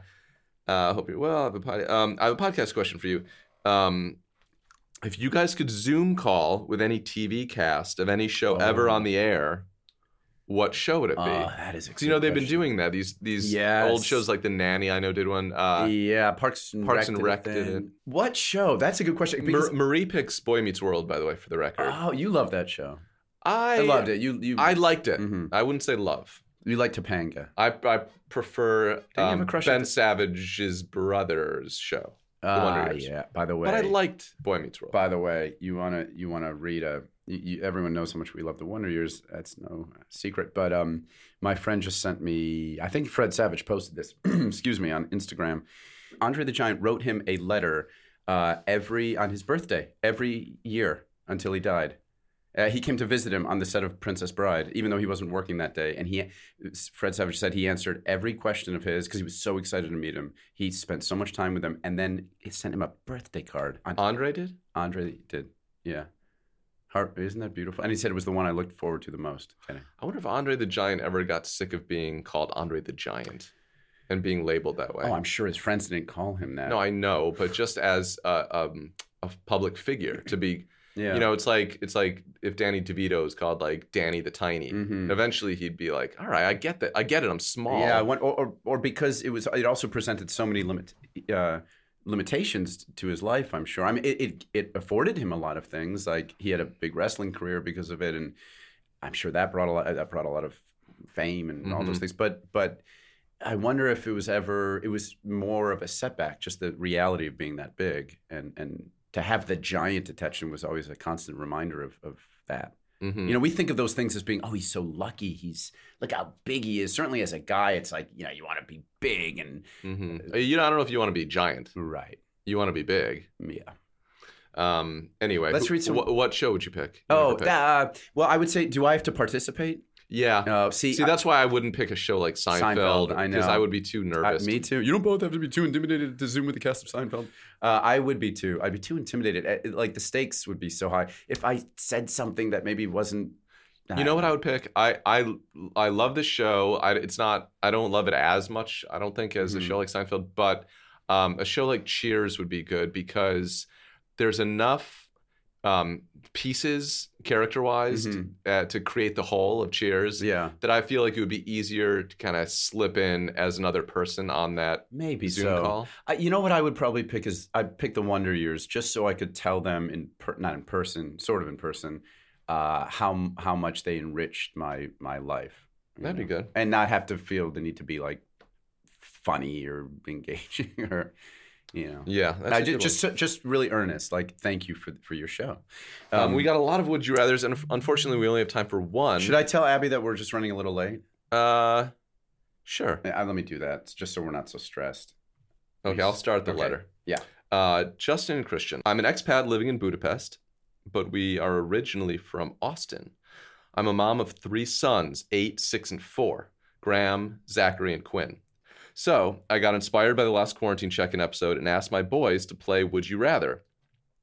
Speaker 3: uh, "Hope you're well." I have a, pod- um, I have a podcast question for you. Um, if you guys could Zoom call with any TV cast of any show ever on the air, what show would it be?
Speaker 1: Oh, that is
Speaker 3: 'Cause you know they've been doing that. These these old
Speaker 1: Yes.
Speaker 3: shows like The Nanny. I know did one. Uh,
Speaker 1: yeah, Parks and Rec
Speaker 3: Parks and
Speaker 1: did a
Speaker 3: Rec did
Speaker 1: thing.
Speaker 3: it.
Speaker 1: What show? That's a good question.
Speaker 3: Mar-
Speaker 1: because-
Speaker 3: Marie picks Boy Meets World, by the way, for the record.
Speaker 1: oh, you love that show.
Speaker 3: I,
Speaker 1: I, loved it. You you
Speaker 3: I liked it.
Speaker 1: Mhm.
Speaker 3: I wouldn't say love.
Speaker 1: you like Topanga.
Speaker 3: I, I prefer
Speaker 1: you have
Speaker 3: um,
Speaker 1: a crush on
Speaker 3: Ben
Speaker 1: the-
Speaker 3: Savage's brother's show,
Speaker 1: Ah,
Speaker 3: Wonder Years.
Speaker 1: yeah. By the way,
Speaker 3: but I liked Boy Meets World.
Speaker 1: By the way, you wanna you wanna read a. You, you- everyone knows how much we love the Wonder Years. That's no secret. But um, my friend just sent me. I think Fred Savage posted this. excuse me on Instagram. Andre the Giant wrote him a letter uh, every on his birthday every year until he died. Uh, he came to visit him on the set of Princess Bride, even though he wasn't working that day. And he, Fred Savage said he answered every question of his because he was so excited to meet him. He spent so much time with him, and then he sent him a birthday card on
Speaker 3: Andre did.
Speaker 1: Andre did. Yeah. Heart, isn't that beautiful? And he said it was the one I looked forward to the most. Kenny.
Speaker 3: I wonder if Andre the Giant ever got sick of being called Andre the Giant and being labeled that way.
Speaker 1: Oh, I'm sure his friends didn't call him that.
Speaker 3: no, I know, but just as a, um, a public figure to be,
Speaker 1: yeah.
Speaker 3: you know, it's like it's like if Danny DeVito is called like Danny the Tiny.
Speaker 1: Mhm.
Speaker 3: Eventually, he'd be like, "All right, I get that. I get it. I'm small."
Speaker 1: Yeah, one, or, or or because it was it also presented so many limit uh, limitations to his life. I'm sure. I mean, it, it it afforded him a lot of things. Like he had a big wrestling career because of it, and I'm sure that brought a lot that brought a lot of fame and all those
Speaker 3: Mhm.
Speaker 1: things. But but I wonder if it was ever it was more of a setback, just the reality of being that big, and and to have the giant detection was always a constant reminder of of that.
Speaker 3: Mhm.
Speaker 1: You know, we think of those things as being, oh, he's so lucky. He's look how big he is. Certainly, as a guy, it's like you know, you want to be big and
Speaker 3: Mhm. you know, I don't know if you want to be giant.
Speaker 1: right.
Speaker 3: You want to be big.
Speaker 1: Yeah.
Speaker 3: Um. Anyway,
Speaker 1: Let's
Speaker 3: who-
Speaker 1: read some-
Speaker 3: wh- what show would you pick? You
Speaker 1: Oh,
Speaker 3: would pick-
Speaker 1: uh, well, I would say, do I have to participate?
Speaker 3: yeah.
Speaker 1: Uh, see,
Speaker 3: Uh-huh. See, that's why I wouldn't pick a show like Seinfeld
Speaker 1: Seinfeld, I
Speaker 3: because
Speaker 1: know.
Speaker 3: I, would be too
Speaker 1: I-
Speaker 3: nervous.
Speaker 1: me too. You don't both have to be too intimidated to zoom with the cast of Seinfeld. Uh, I would be too. I'd be too intimidated. Uh, it- Like the stakes would be so high. If I said something that maybe wasn't,
Speaker 3: you know what I would pick? I I I love this show. I, it's not. I don't love it as much. I don't think as a
Speaker 1: Mhm.
Speaker 3: show like Seinfeld, but um, a show like Cheers would be good because there's enough um, pieces character wise
Speaker 1: Mhm.
Speaker 3: uh, to create the whole of Cheers
Speaker 1: Yeah,
Speaker 3: that I feel like it would be easier to kind of slip in as another person on that
Speaker 1: maybe
Speaker 3: Zoom
Speaker 1: so.
Speaker 3: call.
Speaker 1: I, you know what I would probably pick is I'd pick the Wonder Years just so I could tell them in per, not in person, sort of in person, uh, how how much they enriched my my life. you
Speaker 3: That'd be
Speaker 1: know?
Speaker 3: good.
Speaker 1: and not have to feel the need to be like funny or engaging or you know.
Speaker 3: Yeah, that's
Speaker 1: I
Speaker 3: a
Speaker 1: ju-
Speaker 3: good one.
Speaker 1: just so- just really earnest, like thank you for for your show.
Speaker 3: Um, we got a lot of would you rather's, and unfortunately, we only have time for one.
Speaker 1: Should I tell Abby that we're just running a little late?
Speaker 3: Uh, sure.
Speaker 1: Yeah, I- let me do that just so we're not so stressed.
Speaker 3: Okay, I'll start the
Speaker 1: Okay.
Speaker 3: letter.
Speaker 1: Yeah.
Speaker 3: Uh, Justin and Christian. I'm an expat living in Budapest, but we are originally from Austin. I'm a mom of three sons eight, six, and four Graham, Zachary, and Quinn. So I got inspired by the last quarantine check in episode and asked my boys to play Would You Rather.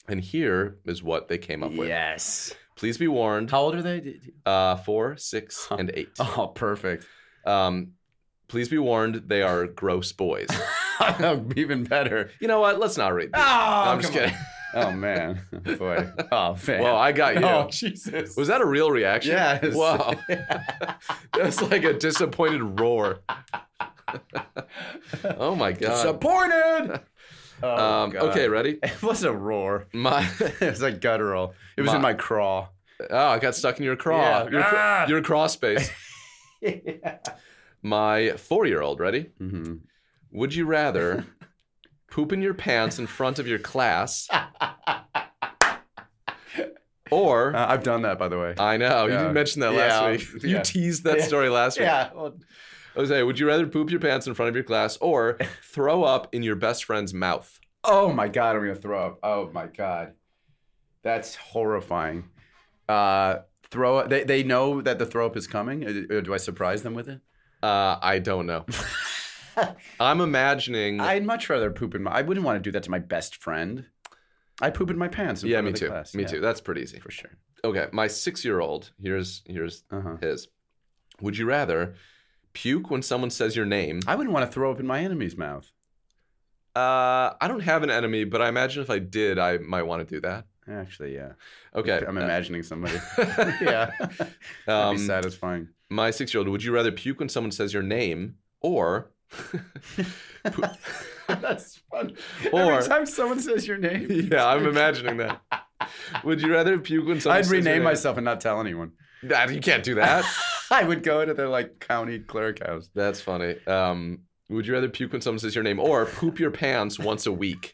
Speaker 3: And here is what they came up with.
Speaker 1: Yes.
Speaker 3: Please be warned
Speaker 1: How old are they? Did-
Speaker 3: uh, four, six, and eight.
Speaker 1: Oh, perfect.
Speaker 3: Um, please be warned, they are gross boys.
Speaker 1: Even better.
Speaker 3: You know what? Let's not read these. No, I'm just kidding.
Speaker 1: Oh man, boy. Oh man.
Speaker 3: Well, I got you.
Speaker 1: oh Jesus.
Speaker 3: Was that a real reaction?
Speaker 1: Yes.
Speaker 3: Wow. That's like a disappointed roar. oh my god.
Speaker 1: disappointed? Oh,
Speaker 3: Um,
Speaker 1: God.
Speaker 3: okay, ready?
Speaker 1: It was a roar.
Speaker 3: My
Speaker 1: It was a guttural. It was in
Speaker 3: My-
Speaker 1: my craw.
Speaker 3: Oh, I got stuck in your craw. Ah!
Speaker 1: Yeah. Ah.
Speaker 3: Your, cr- your craw space. My four year old, ready?
Speaker 1: hmm
Speaker 3: Would you rather poop in your pants in front of your class or.
Speaker 1: Uh, I've done that, by the way.
Speaker 3: I know. You
Speaker 1: Yeah.
Speaker 3: didn't mention that
Speaker 1: Yeah.
Speaker 3: last week. You
Speaker 1: Yeah.
Speaker 3: teased that
Speaker 1: Yeah.
Speaker 3: story last week.
Speaker 1: Well,
Speaker 3: Jose, would you rather poop your pants in front of your class or throw up in your best friend's mouth?
Speaker 1: oh my god, I'm gonna throw up. Oh my god, that's horrifying. Uh, throw up. They they know that the throw up is coming. Uh, uh, Do I surprise them with it?
Speaker 3: Uh, I don't know. I'm imagining.
Speaker 1: I'd much rather poop in my. I wouldn't want to do that to my best friend. I poop in my pants. In
Speaker 3: yeah,
Speaker 1: front
Speaker 3: me
Speaker 1: of the
Speaker 3: too.
Speaker 1: class.
Speaker 3: Me
Speaker 1: Yeah,
Speaker 3: too. That's pretty easy.
Speaker 1: for sure.
Speaker 3: Okay, my six-year-old. Here's here's
Speaker 1: Uh-huh.
Speaker 3: his. Would you rather puke when someone says your name?
Speaker 1: I wouldn't want to throw up in my enemy's mouth.
Speaker 3: Uh, I don't have an enemy, but I imagine if I did, I might want to do that.
Speaker 1: Actually, yeah.
Speaker 3: Okay,
Speaker 1: I'm
Speaker 3: uh,
Speaker 1: imagining somebody. yeah. That'd
Speaker 3: um,
Speaker 1: be satisfying.
Speaker 3: my six-year-old. Would you rather puke when someone says your name or?
Speaker 1: That's fun.
Speaker 3: Or-
Speaker 1: Every time someone says your name,
Speaker 3: yeah, I'm imagining that. Would you rather puke when someone?
Speaker 1: I'd
Speaker 3: says your
Speaker 1: rename
Speaker 3: name?
Speaker 1: myself and not tell anyone.
Speaker 3: Nah, you can't do that.
Speaker 1: I would go to the like county clerk house.
Speaker 3: That's funny. Um, would you rather puke when someone says your name or poop your pants once a week?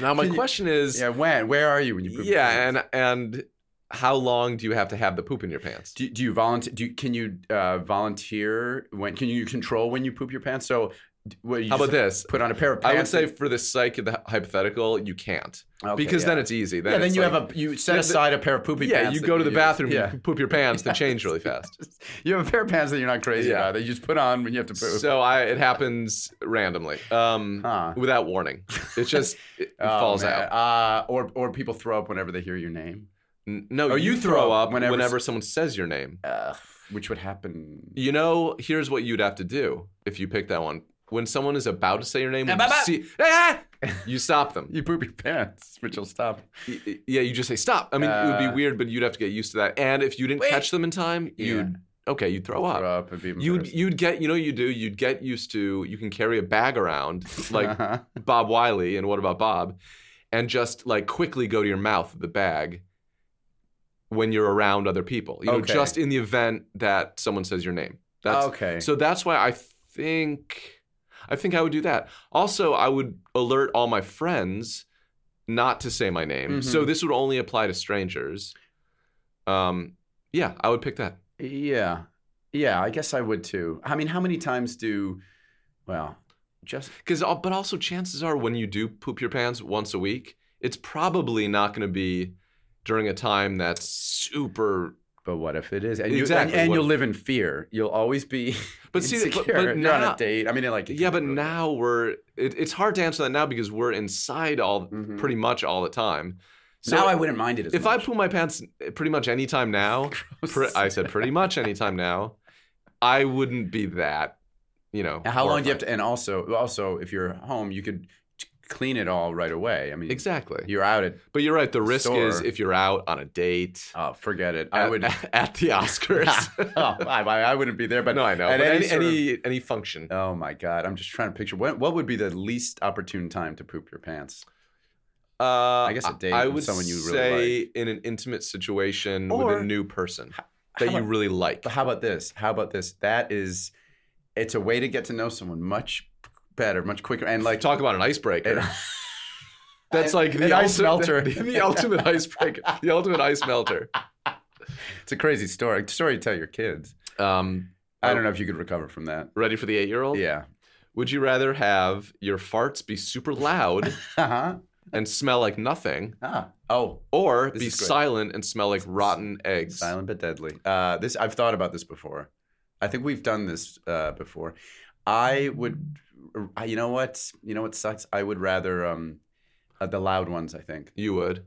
Speaker 3: now my
Speaker 1: Can you-
Speaker 3: question is,
Speaker 1: Yeah,
Speaker 3: yeah,
Speaker 1: when? Where are you when you? poop your pants?
Speaker 3: and and how long do you have to have the poop in your pants?
Speaker 1: do, do you volunteer? Do you, can you uh, volunteer when? Can you control when you poop your pants? So, d- what, you
Speaker 3: How about
Speaker 1: just
Speaker 3: this?
Speaker 1: Put on a pair of pants.
Speaker 3: I would say
Speaker 1: and-
Speaker 3: for the sake of the hypothetical, you can't
Speaker 1: Okay,
Speaker 3: because
Speaker 1: yeah.
Speaker 3: then it's easy. Then
Speaker 1: yeah, then
Speaker 3: it's
Speaker 1: you
Speaker 3: like-
Speaker 1: have a you set
Speaker 3: Yeah, the-
Speaker 1: aside a pair of poopy
Speaker 3: yeah.
Speaker 1: pants.
Speaker 3: You
Speaker 1: that
Speaker 3: go to the
Speaker 1: use.
Speaker 3: bathroom,
Speaker 1: Yeah.
Speaker 3: you poop your pants, to change really fast.
Speaker 1: You have a pair of pants that you're not crazy
Speaker 3: Yeah.
Speaker 1: about. That you just put on when you have to poop.
Speaker 3: So I, it happens randomly, um,
Speaker 1: Huh.
Speaker 3: without warning. It just it
Speaker 1: Oh,
Speaker 3: falls
Speaker 1: man.
Speaker 3: out.
Speaker 1: Uh, or or people throw up whenever they hear your name,
Speaker 3: N- No,
Speaker 1: Oh,
Speaker 3: you, throw, up whenever,
Speaker 1: s-
Speaker 3: someone says your name.
Speaker 1: which would happen.
Speaker 3: You know, here's what you'd have to do if you pick that one. When someone is about to say your name, when you, see, Ah! you stop them.
Speaker 1: You poop your pants, which will stop.
Speaker 3: Y- y- Yeah, you just say stop. I mean, it would
Speaker 1: Uh,
Speaker 3: be weird, but you'd have to get used to that. And if you didn't catch them in time, you'd okay, you'd throw
Speaker 1: Throw
Speaker 3: up.
Speaker 1: up and be
Speaker 3: You'd
Speaker 1: embarrassed.
Speaker 3: you'd get you know what you do you'd get used to you can carry a bag around like
Speaker 1: Uh-huh.
Speaker 3: Bob Wiley and What About Bob, and just like quickly go to your mouth the bag when you're around other people. You know,
Speaker 1: Okay.
Speaker 3: just in the event that someone says your name. That's
Speaker 1: okay.
Speaker 3: so that's why I think I think I would do that. Also, I would alert all my friends not to say my name.
Speaker 1: Mhm.
Speaker 3: So this would only apply to strangers. Um yeah, I would pick that.
Speaker 1: yeah, yeah. I guess I would too. I mean, how many times do? Well, just
Speaker 3: Cuz but also chances are when you do poop your pants once a week, it's probably not going to be during a time that's super
Speaker 1: but what if it is? And you,
Speaker 3: Exactly,
Speaker 1: And, and
Speaker 3: what
Speaker 1: you'll
Speaker 3: if-
Speaker 1: live in fear. You'll always be.
Speaker 3: But see, but-
Speaker 1: insecure.
Speaker 3: but
Speaker 1: You're on
Speaker 3: now-
Speaker 1: a date. I mean, like it
Speaker 3: yeah,
Speaker 1: can
Speaker 3: but
Speaker 1: be really-
Speaker 3: now we're it, it's hard to answer that now because we're inside all
Speaker 1: Mhm.
Speaker 3: pretty much all the time.
Speaker 1: now I wouldn't mind it. As
Speaker 3: if I
Speaker 1: much.
Speaker 3: pull my pants eh, pretty much any time now, pre- I said pretty much any time now, I wouldn't be that, you know.
Speaker 1: How long do you have
Speaker 3: horrified.
Speaker 1: to? And also, also, if you're home, you could t- clean it all right away. I mean,
Speaker 3: Exactly.
Speaker 1: You're out at
Speaker 3: but you're right. The risk is
Speaker 1: Store.
Speaker 3: if you're out on a date.
Speaker 1: oh, forget it. I
Speaker 3: at-
Speaker 1: would.
Speaker 3: at the Oscars.
Speaker 1: oh, I, I wouldn't be there, but
Speaker 3: no, I know.
Speaker 1: at
Speaker 3: But any
Speaker 1: any sort of-
Speaker 3: any, any function.
Speaker 1: Oh my god, I'm just trying to picture what what would be the least opportune time to poop your pants.
Speaker 3: Uh, I
Speaker 1: guess a date
Speaker 3: I
Speaker 1: with
Speaker 3: would
Speaker 1: someone you really
Speaker 3: say in an intimate situation with
Speaker 1: Or-
Speaker 3: a new person
Speaker 1: how
Speaker 3: that you
Speaker 1: about-
Speaker 3: really like.
Speaker 1: But how about this? How about this? That is, it's a way to get to know someone much better, much quicker, and like
Speaker 3: Talk about an icebreaker.
Speaker 1: And-
Speaker 3: That's like
Speaker 1: An
Speaker 3: the
Speaker 1: ice
Speaker 3: ultimate-
Speaker 1: melter.
Speaker 3: The, ultimate icebreaker. The ultimate ice melter.
Speaker 1: it's a crazy story. Story to tell your kids.
Speaker 3: Um,
Speaker 1: I don't know if you could recover from that.
Speaker 3: ready for the eight-year-old?
Speaker 1: Yeah.
Speaker 3: Would you rather have your farts be super loud
Speaker 1: Uh huh.
Speaker 3: and smell like nothing,
Speaker 1: Ah. Oh,
Speaker 3: or
Speaker 1: This
Speaker 3: be
Speaker 1: is great.
Speaker 3: silent and smell like rotten eggs?
Speaker 1: silent but deadly. Uh, this I've thought about this before. I think we've done this uh, before. I would. I- You know what? You know what sucks? I would rather um, uh, the loud ones. I think.
Speaker 3: You would.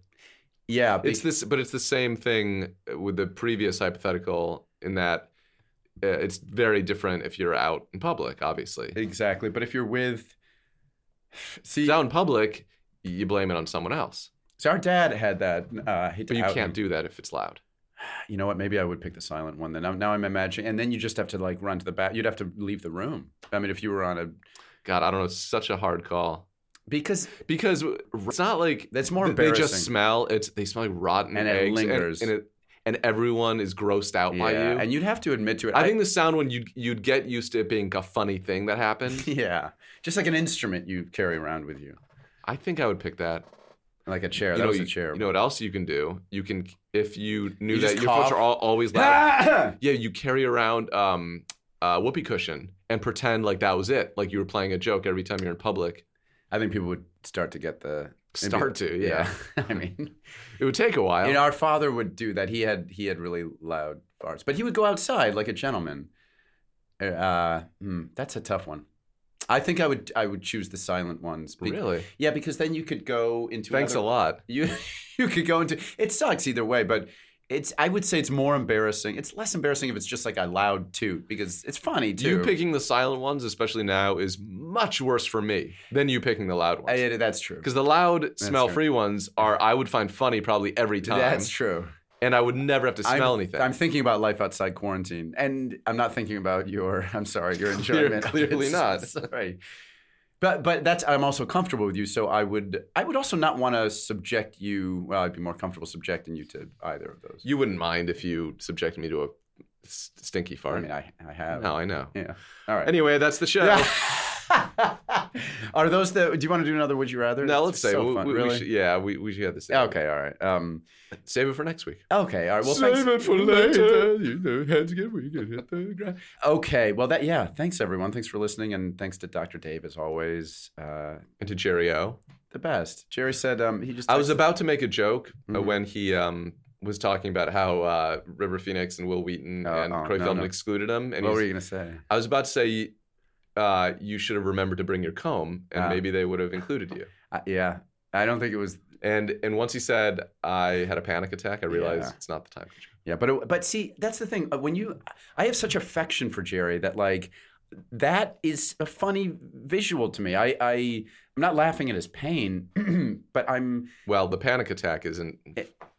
Speaker 1: Yeah. be-
Speaker 3: It's this, but it's the same thing with the previous hypothetical in that uh, it's very different if you're out in public. Obviously,
Speaker 1: Exactly. But if you're with see
Speaker 3: If you're out in public, you blame it on someone else,
Speaker 1: so our dad had that uh I hate to
Speaker 3: but you
Speaker 1: out
Speaker 3: can't
Speaker 1: him.
Speaker 3: do that if it's loud.
Speaker 1: You know what? Maybe I would pick the silent one then. Now, now I'm imagining and then you just have to like run to the back. You'd have to leave the room. I mean if you were on a
Speaker 3: God, I don't know. It's such a hard call.
Speaker 1: because
Speaker 3: because it's not like
Speaker 1: That's more
Speaker 3: th- They
Speaker 1: embarrassing.
Speaker 3: just smell. It's they smell like rotten
Speaker 1: And it
Speaker 3: eggs,
Speaker 1: lingers.
Speaker 3: and, it, and everyone is grossed out by you.
Speaker 1: yeah, and you'd have to admit to it.
Speaker 3: I think the sound one you'd you'd get used to it being a funny thing that happened.
Speaker 1: yeah, just like an instrument you carry around with you,
Speaker 3: I think I would pick that.
Speaker 1: like a chair.
Speaker 3: You
Speaker 1: that
Speaker 3: know,
Speaker 1: was a
Speaker 3: you-
Speaker 1: chair.
Speaker 3: You know what else you can do? You can if you knew
Speaker 1: You
Speaker 3: that
Speaker 1: just
Speaker 3: your folks
Speaker 1: cough.
Speaker 3: are all, always loud.
Speaker 1: Ah!
Speaker 3: yeah, you carry around um a whoopee cushion and pretend like that was it, like you were playing a joke every time you're in public.
Speaker 1: I think people would start to get the maybe-
Speaker 3: Start to, yeah.
Speaker 1: I mean,
Speaker 3: It would take a while.
Speaker 1: you know, our father would do that. He had he had really loud farts, but he would go outside like a gentleman. Uh, Uh, hmm, that's a tough one. I think I would I would choose the silent ones. be-
Speaker 3: really?
Speaker 1: Yeah, because then you could go into
Speaker 3: Thanks a
Speaker 1: another-
Speaker 3: lot.
Speaker 1: You you could go into it sucks either way, but it's I would say it's more embarrassing. It's less embarrassing if it's just like a loud toot because it's funny too.
Speaker 3: You picking the silent ones, especially now, is much worse for me than you picking the loud ones.
Speaker 1: I- that's true.
Speaker 3: Because the loud, smell-free
Speaker 1: right.
Speaker 3: ones are I would find funny probably every time,
Speaker 1: That's true.
Speaker 3: and I would never have to smell
Speaker 1: I'm,
Speaker 3: anything.
Speaker 1: I'm thinking about life outside quarantine, and I'm not thinking about your. I'm sorry, your enjoyment. of it.
Speaker 3: clearly not.
Speaker 1: Sorry, but but that's. I'm also comfortable with you, so I would. I would also not want to subject you. Well, I'd be more comfortable subjecting you to either of those.
Speaker 3: you wouldn't mind if you subjected me to a s- stinky
Speaker 1: I
Speaker 3: fart.
Speaker 1: mean, I, I have.
Speaker 3: no, I know.
Speaker 1: Yeah. All right.
Speaker 3: Anyway, that's the show.
Speaker 1: Are those the? Do you want to do another? Would you rather?
Speaker 3: No,
Speaker 1: That's
Speaker 3: let's say
Speaker 1: so
Speaker 3: we,
Speaker 1: fun,
Speaker 3: we- we
Speaker 1: really?
Speaker 3: should, yeah, we, we should have this.
Speaker 1: Okay. All right. Um.
Speaker 3: save it for next week.
Speaker 1: Okay. All right. Well, thanks.
Speaker 3: You know, hands get weak and hit the ground.
Speaker 1: Okay. Well, that. Yeah. Thanks, everyone. Thanks for listening, and thanks to Dr. Dave as always. Uh,
Speaker 3: And to Jerry O.
Speaker 1: the best. Jerry said um, he just.
Speaker 3: I was
Speaker 1: texted-
Speaker 3: about to make a joke uh,
Speaker 1: Mhm.
Speaker 3: when he um, was talking about how uh, River Phoenix and Will Wheaton
Speaker 1: Oh,
Speaker 3: and
Speaker 1: oh,
Speaker 3: Corey
Speaker 1: no,
Speaker 3: Feldman
Speaker 1: no.
Speaker 3: excluded him.
Speaker 1: What
Speaker 3: And he's-
Speaker 1: were you gonna say?
Speaker 3: I was about to say uh, you should have remembered to bring your comb, and
Speaker 1: Ah.
Speaker 3: maybe they would have included you.
Speaker 1: I, yeah. I don't think it was.
Speaker 3: And and once he said I had a panic attack, I realized
Speaker 1: Yeah.
Speaker 3: it's not the time. for jokes.
Speaker 1: Yeah. But it, but see, that's the thing. Uh, When you, I have such affection for Jerry that like. That is a funny visual to me. I, I I'm not laughing at his pain, but I'm
Speaker 3: Well, the panic attack isn't.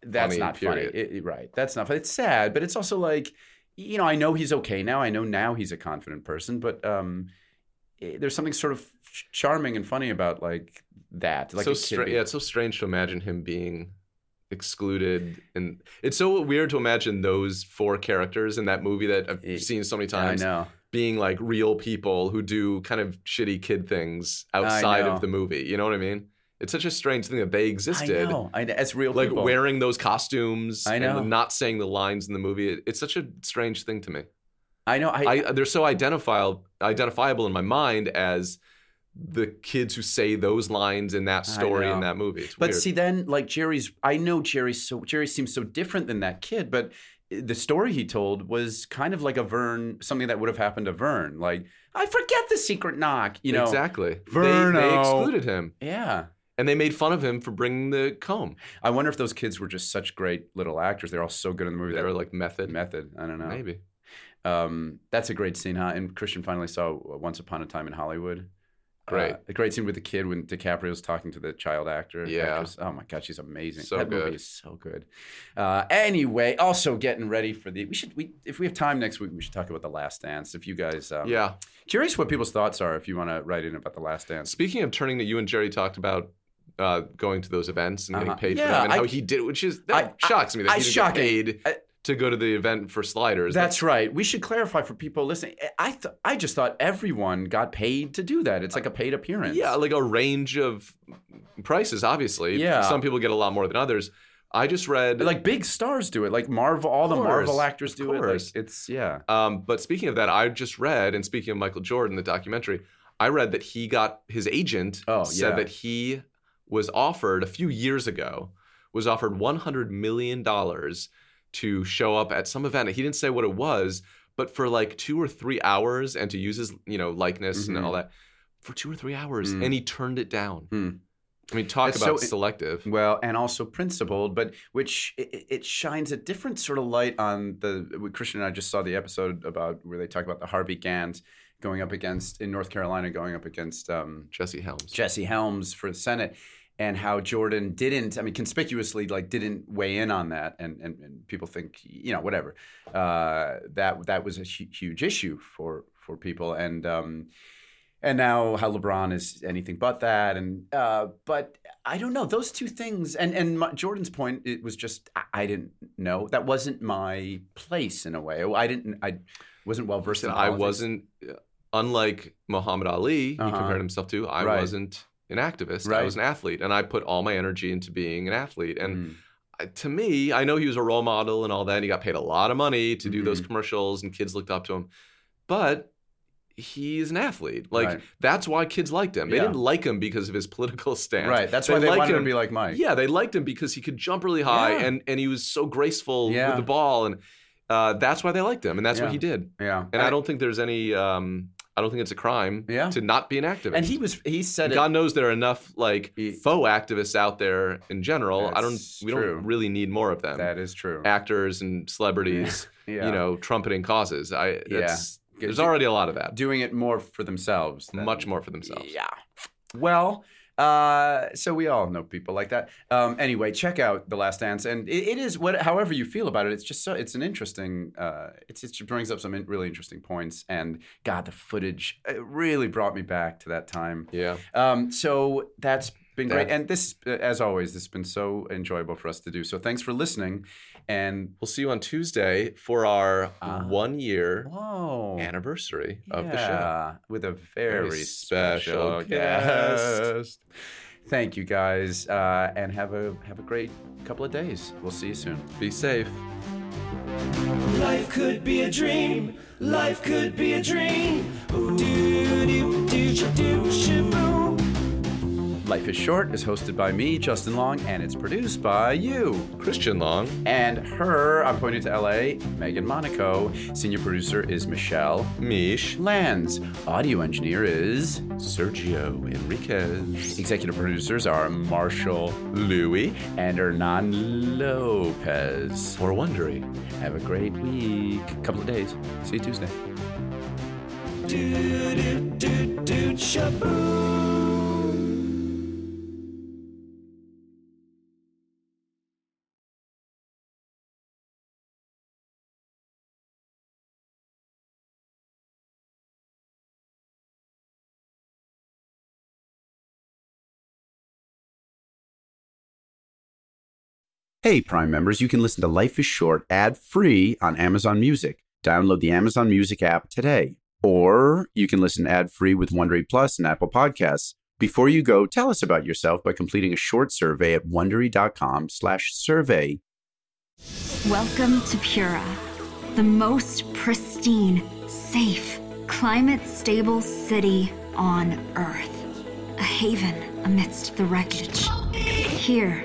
Speaker 1: that's
Speaker 3: Funny,
Speaker 1: not
Speaker 3: period.
Speaker 1: funny. It- it- right. That's not funny. It's sad, but it's also like, you know, I know he's okay now. I know now he's a confident person, but um, eh, there's something sort of ch- charming and funny about like that. Like
Speaker 3: so
Speaker 1: a kid
Speaker 3: stra-
Speaker 1: being-
Speaker 3: yeah, it's so strange to imagine him being excluded, and it's so weird to imagine those four characters in that movie that I've
Speaker 1: It-
Speaker 3: seen so many
Speaker 1: I
Speaker 3: times
Speaker 1: know.
Speaker 3: being like real people who do kind of shitty kid things outside
Speaker 1: know.
Speaker 3: of the movie. You know what I mean? It's such a strange thing that they existed.
Speaker 1: I know. I know. It's real
Speaker 3: Like
Speaker 1: people.
Speaker 3: wearing those costumes
Speaker 1: I know.
Speaker 3: and not saying the lines in the movie. It- it's such a strange thing to me.
Speaker 1: I know. I,
Speaker 3: I, they're so identifiable identifiable in my mind as the kids who say those lines in that
Speaker 1: I
Speaker 3: story
Speaker 1: know.
Speaker 3: in that movie. It's
Speaker 1: but
Speaker 3: weird.
Speaker 1: see, then like Jerry's. I know Jerry's. So Jerry seems so different than that kid, but eh, the story he told was kind of like a Vern, something that would have happened to Vern. Like I forget the secret knock. You know.
Speaker 3: exactly. They- They,
Speaker 1: Verno.
Speaker 3: excluded him,
Speaker 1: Yeah.
Speaker 3: and they made fun of him for bringing the comb.
Speaker 1: I wonder if those kids were just such great little actors. They're all so good in the movie.
Speaker 3: They were
Speaker 1: that
Speaker 3: like method,
Speaker 1: method. I don't know.
Speaker 3: maybe.
Speaker 1: Um, that's a great scene, huh? And Christian finally saw uh, Once Upon a Time in Hollywood.
Speaker 3: Great.
Speaker 1: Uh, a great scene with the kid when DiCaprio's talking to the child actor.
Speaker 3: Yeah.
Speaker 1: actress. Oh my God, she's amazing.
Speaker 3: So
Speaker 1: that
Speaker 3: good.
Speaker 1: movie is so good. Uh, anyway, also getting ready for the. We should. We if we have time next week, we should talk about the Last Dance. If you guys, um,
Speaker 3: Yeah.
Speaker 1: curious what people's thoughts are. If you want to write in about the Last Dance.
Speaker 3: Speaking of turning that, you and Jerry talked about uh, going to those events and getting
Speaker 1: Uh-huh.
Speaker 3: paid for
Speaker 1: Yeah,
Speaker 3: them, and
Speaker 1: I-
Speaker 3: how he did, which is that
Speaker 1: I-
Speaker 3: shocks me that
Speaker 1: I-
Speaker 3: he didn't get
Speaker 1: shocking.
Speaker 3: paid
Speaker 1: I-
Speaker 3: to go to the event for sliders.
Speaker 1: That's right. We should clarify for people listening. Eh, I th- I just thought everyone got paid to do that. It's like a paid appearance.
Speaker 3: Yeah, like a range of prices, obviously.
Speaker 1: Yeah.
Speaker 3: Some people get a lot more than others. I just read
Speaker 1: But, like big stars do it. Like Marvel, all the
Speaker 3: Of course,
Speaker 1: Marvel actors
Speaker 3: of
Speaker 1: do it. Like,
Speaker 3: course.
Speaker 1: it's yeah.
Speaker 3: um, but speaking of that, I just read, and speaking of Michael Jordan, the documentary, I read that he got his agent
Speaker 1: Oh,
Speaker 3: said
Speaker 1: yeah.
Speaker 3: that he was offered a few years ago, was offered one hundred million dollars to show up at some event. He didn't say what it was, but for like two or three hours and to use his, you know, likeness
Speaker 1: Mhm.
Speaker 3: and all that for two or three hours.
Speaker 1: Mm.
Speaker 3: And he turned it down.
Speaker 1: Mm.
Speaker 3: I mean, talk
Speaker 1: That's
Speaker 3: about
Speaker 1: so-
Speaker 3: selective.
Speaker 1: Well, and also principled, but which it, it shines a different sort of light on the. Christian and I just saw the episode about where they talk about the Harvey Gant going up against in North Carolina, going up against um,
Speaker 3: Jesse Helms.
Speaker 1: Jesse Helms for the Senate and how Jordan didn't, I mean, conspicuously like didn't weigh in on that. And, and, and people think, you know, whatever, uh, that, that was a hu- huge issue for, for people. And, um, and now how LeBron is anything but that. And uh, but I don't know those two things. And and my, Jordan's point, it was just I, I didn't know that wasn't my place in a way. I didn't I wasn't well versed in.
Speaker 3: Listen, I
Speaker 1: politics.
Speaker 3: wasn't, uh, unlike Muhammad Ali,
Speaker 1: Uh-huh.
Speaker 3: he compared himself to, I
Speaker 1: Right.
Speaker 3: wasn't an activist. I
Speaker 1: Right.
Speaker 3: was an athlete. And I put all my energy into being an athlete. And
Speaker 1: Mm.
Speaker 3: I- to me, I know he was a role model and all that. And he got paid a lot of money to do those
Speaker 1: Mm-hmm.
Speaker 3: commercials, and kids looked up to him. But he's an athlete. Like
Speaker 1: Right.
Speaker 3: that's why kids liked him. They
Speaker 1: Yeah.
Speaker 3: didn't like him because of his political stance.
Speaker 1: right. That's why they
Speaker 3: liked
Speaker 1: wanted
Speaker 3: him-
Speaker 1: to be like Mike.
Speaker 3: Yeah, they liked him because he could jump really high
Speaker 1: Yeah.
Speaker 3: and and he was so graceful
Speaker 1: Yeah.
Speaker 3: with the ball, and uh, that's why they liked him, and that's
Speaker 1: Yeah.
Speaker 3: what he did.
Speaker 1: yeah.
Speaker 3: And I, don't think there's any. Um, I don't think it's a crime
Speaker 1: Yeah.
Speaker 3: to not be an activist.
Speaker 1: And he was he said it.
Speaker 3: God knows there are enough like
Speaker 1: He-
Speaker 3: faux activists out there in general. I don't.
Speaker 1: That's
Speaker 3: We
Speaker 1: true.
Speaker 3: don't really need more of them.
Speaker 1: That is true.
Speaker 3: Actors and celebrities,
Speaker 1: Yeah.
Speaker 3: you know, trumpeting causes. I.
Speaker 1: Yeah.
Speaker 3: That's,
Speaker 1: Good-
Speaker 3: There's already a lot of that.
Speaker 1: doing it more for themselves. than-
Speaker 3: Much more for themselves.
Speaker 1: Yeah. Well, uh, so we all know people like that. Um, anyway, check out The Last Dance, and it, it is what, however you feel about it, it's just so it's an interesting. Uh, it's, it brings up some in- really interesting points, and God, the footage it really brought me back to that time.
Speaker 3: Yeah.
Speaker 1: Um, so that's been great,
Speaker 3: Yeah.
Speaker 1: and this, uh, as always, this has been so enjoyable for us to do. So thanks for listening, and
Speaker 3: We'll see you on Tuesday for our
Speaker 1: Ah.
Speaker 3: one year
Speaker 1: whoa.
Speaker 3: anniversary of the show.
Speaker 1: Yeah, with a very,
Speaker 3: Very
Speaker 1: special,
Speaker 3: special
Speaker 1: guest. Thank you guys, uh, and have a have a great couple of days. We'll see you soon.
Speaker 3: Be safe.
Speaker 2: Life could be a dream. Life could be a dream. Ooh, doo doo doo shoo doo shoo boo.
Speaker 1: Life is Short is hosted by me, Justin Long, and it's produced by you.
Speaker 3: Christian Long.
Speaker 1: And her, I'm pointing to LA, Megan Monaco. Senior producer is Michelle
Speaker 3: Mish.
Speaker 1: Lands. Audio engineer is.
Speaker 3: Sergio Enriquez.
Speaker 1: Executive producers are Marshall
Speaker 3: Louis.
Speaker 1: and Hernan Lopez.
Speaker 3: Or Wondery.
Speaker 1: Have a great week. Couple of days. See you Tuesday.
Speaker 2: Doo doo doo doo shoo boo.
Speaker 10: Hey, Prime members, you can listen to Life is Short ad free on Amazon Music. Download the Amazon Music app today. Or you can listen ad free with Wondery Plus and Apple Podcasts. Before you go, tell us about yourself by completing a short survey at wondery.com slash survey.
Speaker 11: Welcome to Pura, the most pristine, safe, climate stable city on Earth. A haven amidst the wreckage. Here,